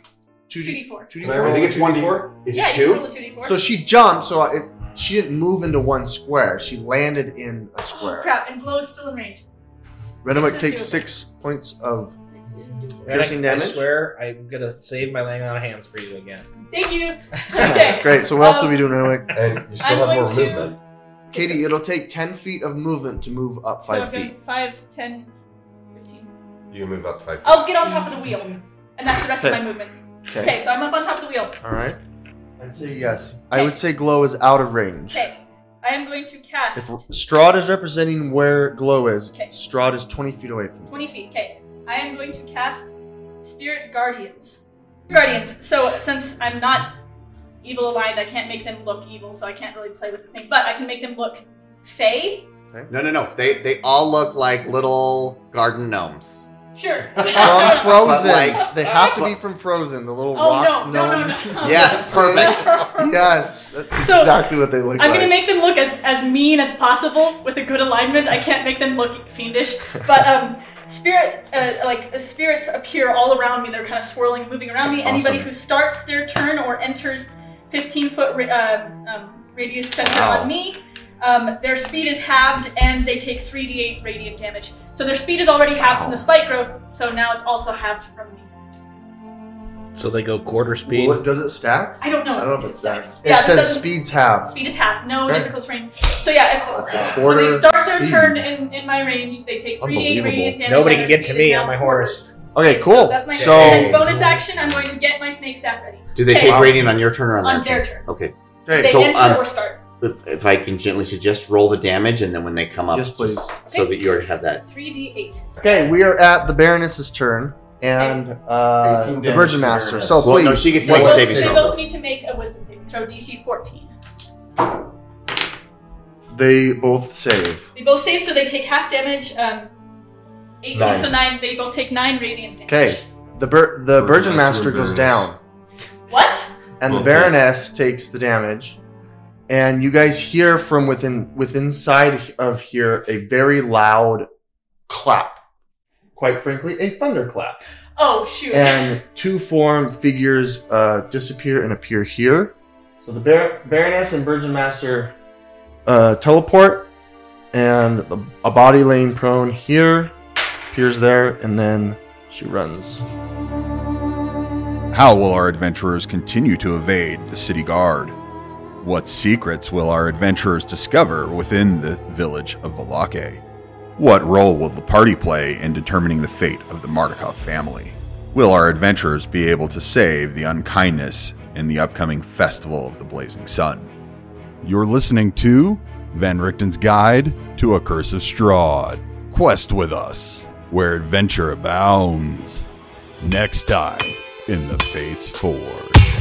Speaker 2: two
Speaker 4: two
Speaker 2: d
Speaker 4: d four.
Speaker 2: two d
Speaker 9: Can I roll
Speaker 2: four.
Speaker 9: a
Speaker 18: I think it's one D
Speaker 9: 2d4?
Speaker 18: Is
Speaker 4: yeah,
Speaker 18: it
Speaker 4: you can
Speaker 18: two?
Speaker 4: roll a two d four.
Speaker 2: So she jumped. So it, she didn't move into one square. She landed in a square.
Speaker 4: Oh, crap, and blow is still in range.
Speaker 2: Renovic
Speaker 4: Six is
Speaker 2: takes
Speaker 4: doable.
Speaker 2: six points of
Speaker 4: Six is doable.
Speaker 17: Man, I-
Speaker 2: piercing
Speaker 17: I,
Speaker 2: damage.
Speaker 17: swear, I'm gonna save my laying on of hands for you again.
Speaker 4: Thank you. Okay.
Speaker 2: Great. So what else
Speaker 4: Um,
Speaker 2: are we doing, Renovic?
Speaker 9: And you
Speaker 4: I'm
Speaker 9: still have
Speaker 4: going
Speaker 9: more
Speaker 4: to-
Speaker 9: movement.
Speaker 2: Katie, it'll take ten feet of movement to move up
Speaker 4: So
Speaker 2: five
Speaker 4: I've got
Speaker 2: feet.
Speaker 4: Five, ten, fifteen.
Speaker 9: You can move up five feet.
Speaker 4: I'll get on top of the wheel, and that's the rest of
Speaker 2: Mm. Okay.
Speaker 4: my movement. Okay. so I'm up on top of the wheel.
Speaker 2: All right. I'd say yes. I would say glow is out of range.
Speaker 4: Okay, I am going to
Speaker 2: If
Speaker 4: cast
Speaker 2: Strahd is representing where glow is,
Speaker 4: Okay.
Speaker 2: Strahd is twenty feet away from.
Speaker 4: 20 feet. Okay, I am going to cast Spirit Guardians. Guardians. So since I'm not evil aligned, I can't make them look evil, so I can't really play with the thing. But I can make them look fey.
Speaker 18: No, no, no. They they all look like little garden gnomes.
Speaker 4: Sure. Oh,
Speaker 2: From Frozen,
Speaker 18: But, like-
Speaker 2: they have to be from Frozen. The little
Speaker 4: Oh,
Speaker 2: rock
Speaker 4: no, no, no,
Speaker 2: gnome.
Speaker 4: no.
Speaker 18: Yes, perfect.
Speaker 2: yes, that's
Speaker 4: So,
Speaker 2: exactly what they look
Speaker 4: I'm
Speaker 2: like.
Speaker 4: gonna make them look as, as mean as possible with a good alignment. I can't make them look fiendish, but um, spirit uh, like uh, spirits appear all around me. They're kind of swirling, moving around me. Anybody
Speaker 2: Awesome.
Speaker 4: who starts their turn or enters 15 foot ra- um, um, radius center
Speaker 2: Wow.
Speaker 4: on me, um, their speed is halved and they take 3d8 radiant damage. So their speed is already halved from the spike growth. So now it's also halved from me.
Speaker 17: So they go quarter speed.
Speaker 2: Well, does it stack?
Speaker 4: I don't know.
Speaker 2: I don't know if
Speaker 4: It
Speaker 2: it stacks.
Speaker 4: stacks.
Speaker 2: It
Speaker 4: Yeah, this
Speaker 2: says
Speaker 4: doesn't-
Speaker 2: speeds halved.
Speaker 4: Speed is half. No
Speaker 2: Okay.
Speaker 4: difficult terrain. So yeah, if
Speaker 2: That's a
Speaker 4: when
Speaker 2: quarter
Speaker 4: they start their
Speaker 2: speed.
Speaker 4: turn in, in my range, they take 3d8 radiant damage.
Speaker 17: Nobody
Speaker 4: and
Speaker 17: can
Speaker 4: their
Speaker 17: get to
Speaker 4: speed
Speaker 17: me
Speaker 4: is now
Speaker 17: on my
Speaker 4: four.
Speaker 17: horse.
Speaker 2: Okay,
Speaker 4: Okay,
Speaker 2: cool.
Speaker 4: So that's my
Speaker 2: So-
Speaker 4: and then bonus action. I'm going to get my snake staff ready.
Speaker 18: Do they
Speaker 4: Okay.
Speaker 18: take rating on your turn or on,
Speaker 4: On
Speaker 18: their,
Speaker 4: their turn.
Speaker 18: Okay.
Speaker 2: Okay, uh,
Speaker 4: They
Speaker 18: so
Speaker 4: enter
Speaker 18: um,
Speaker 4: or start.
Speaker 18: if, if I can gently suggest, roll the damage, and then when they come up,
Speaker 2: Yes, please.
Speaker 18: so that you already have that.
Speaker 4: 3d8.
Speaker 2: Okay, we are at the Baroness's turn and uh,
Speaker 9: 18
Speaker 2: the
Speaker 9: damage
Speaker 2: Virgin
Speaker 9: to
Speaker 2: Master.
Speaker 9: Baroness.
Speaker 2: So please,
Speaker 18: Well, no, she gets
Speaker 4: They
Speaker 18: One
Speaker 4: both,
Speaker 18: saving
Speaker 4: they
Speaker 18: throw.
Speaker 4: both need to make a wisdom saving throw, DC 14.
Speaker 2: They both save.
Speaker 4: They both save, so they take half damage. Um, 18,
Speaker 2: Nine.
Speaker 4: so 9. They both take 9 radiant damage.
Speaker 2: Okay. The bur- the Virgin
Speaker 9: Burgeon
Speaker 2: Master goes
Speaker 9: Master
Speaker 2: down,
Speaker 4: What?
Speaker 2: and the
Speaker 9: Okay.
Speaker 2: Baroness takes the damage. And you guys hear from within within inside of here a very loud clap. Quite frankly, a thunderclap.
Speaker 4: Oh, shoot.
Speaker 2: and two form figures uh, disappear and appear here. So the Bar- Baroness and Virgin Master uh, teleport, and the, a body laying prone here appears there, and then she runs.
Speaker 1: How will our adventurers continue to evade the city guard? What secrets will our adventurers discover within the village of Velake? What role will the party play in determining the fate of the Mardikov family? Will our adventurers be able to save the unkindness in the upcoming Festival of the Blazing Sun? You're listening to Van Richten's Guide to a Curse of Strahd. Quest with us, where adventure abounds. Next time in the Fates Forge.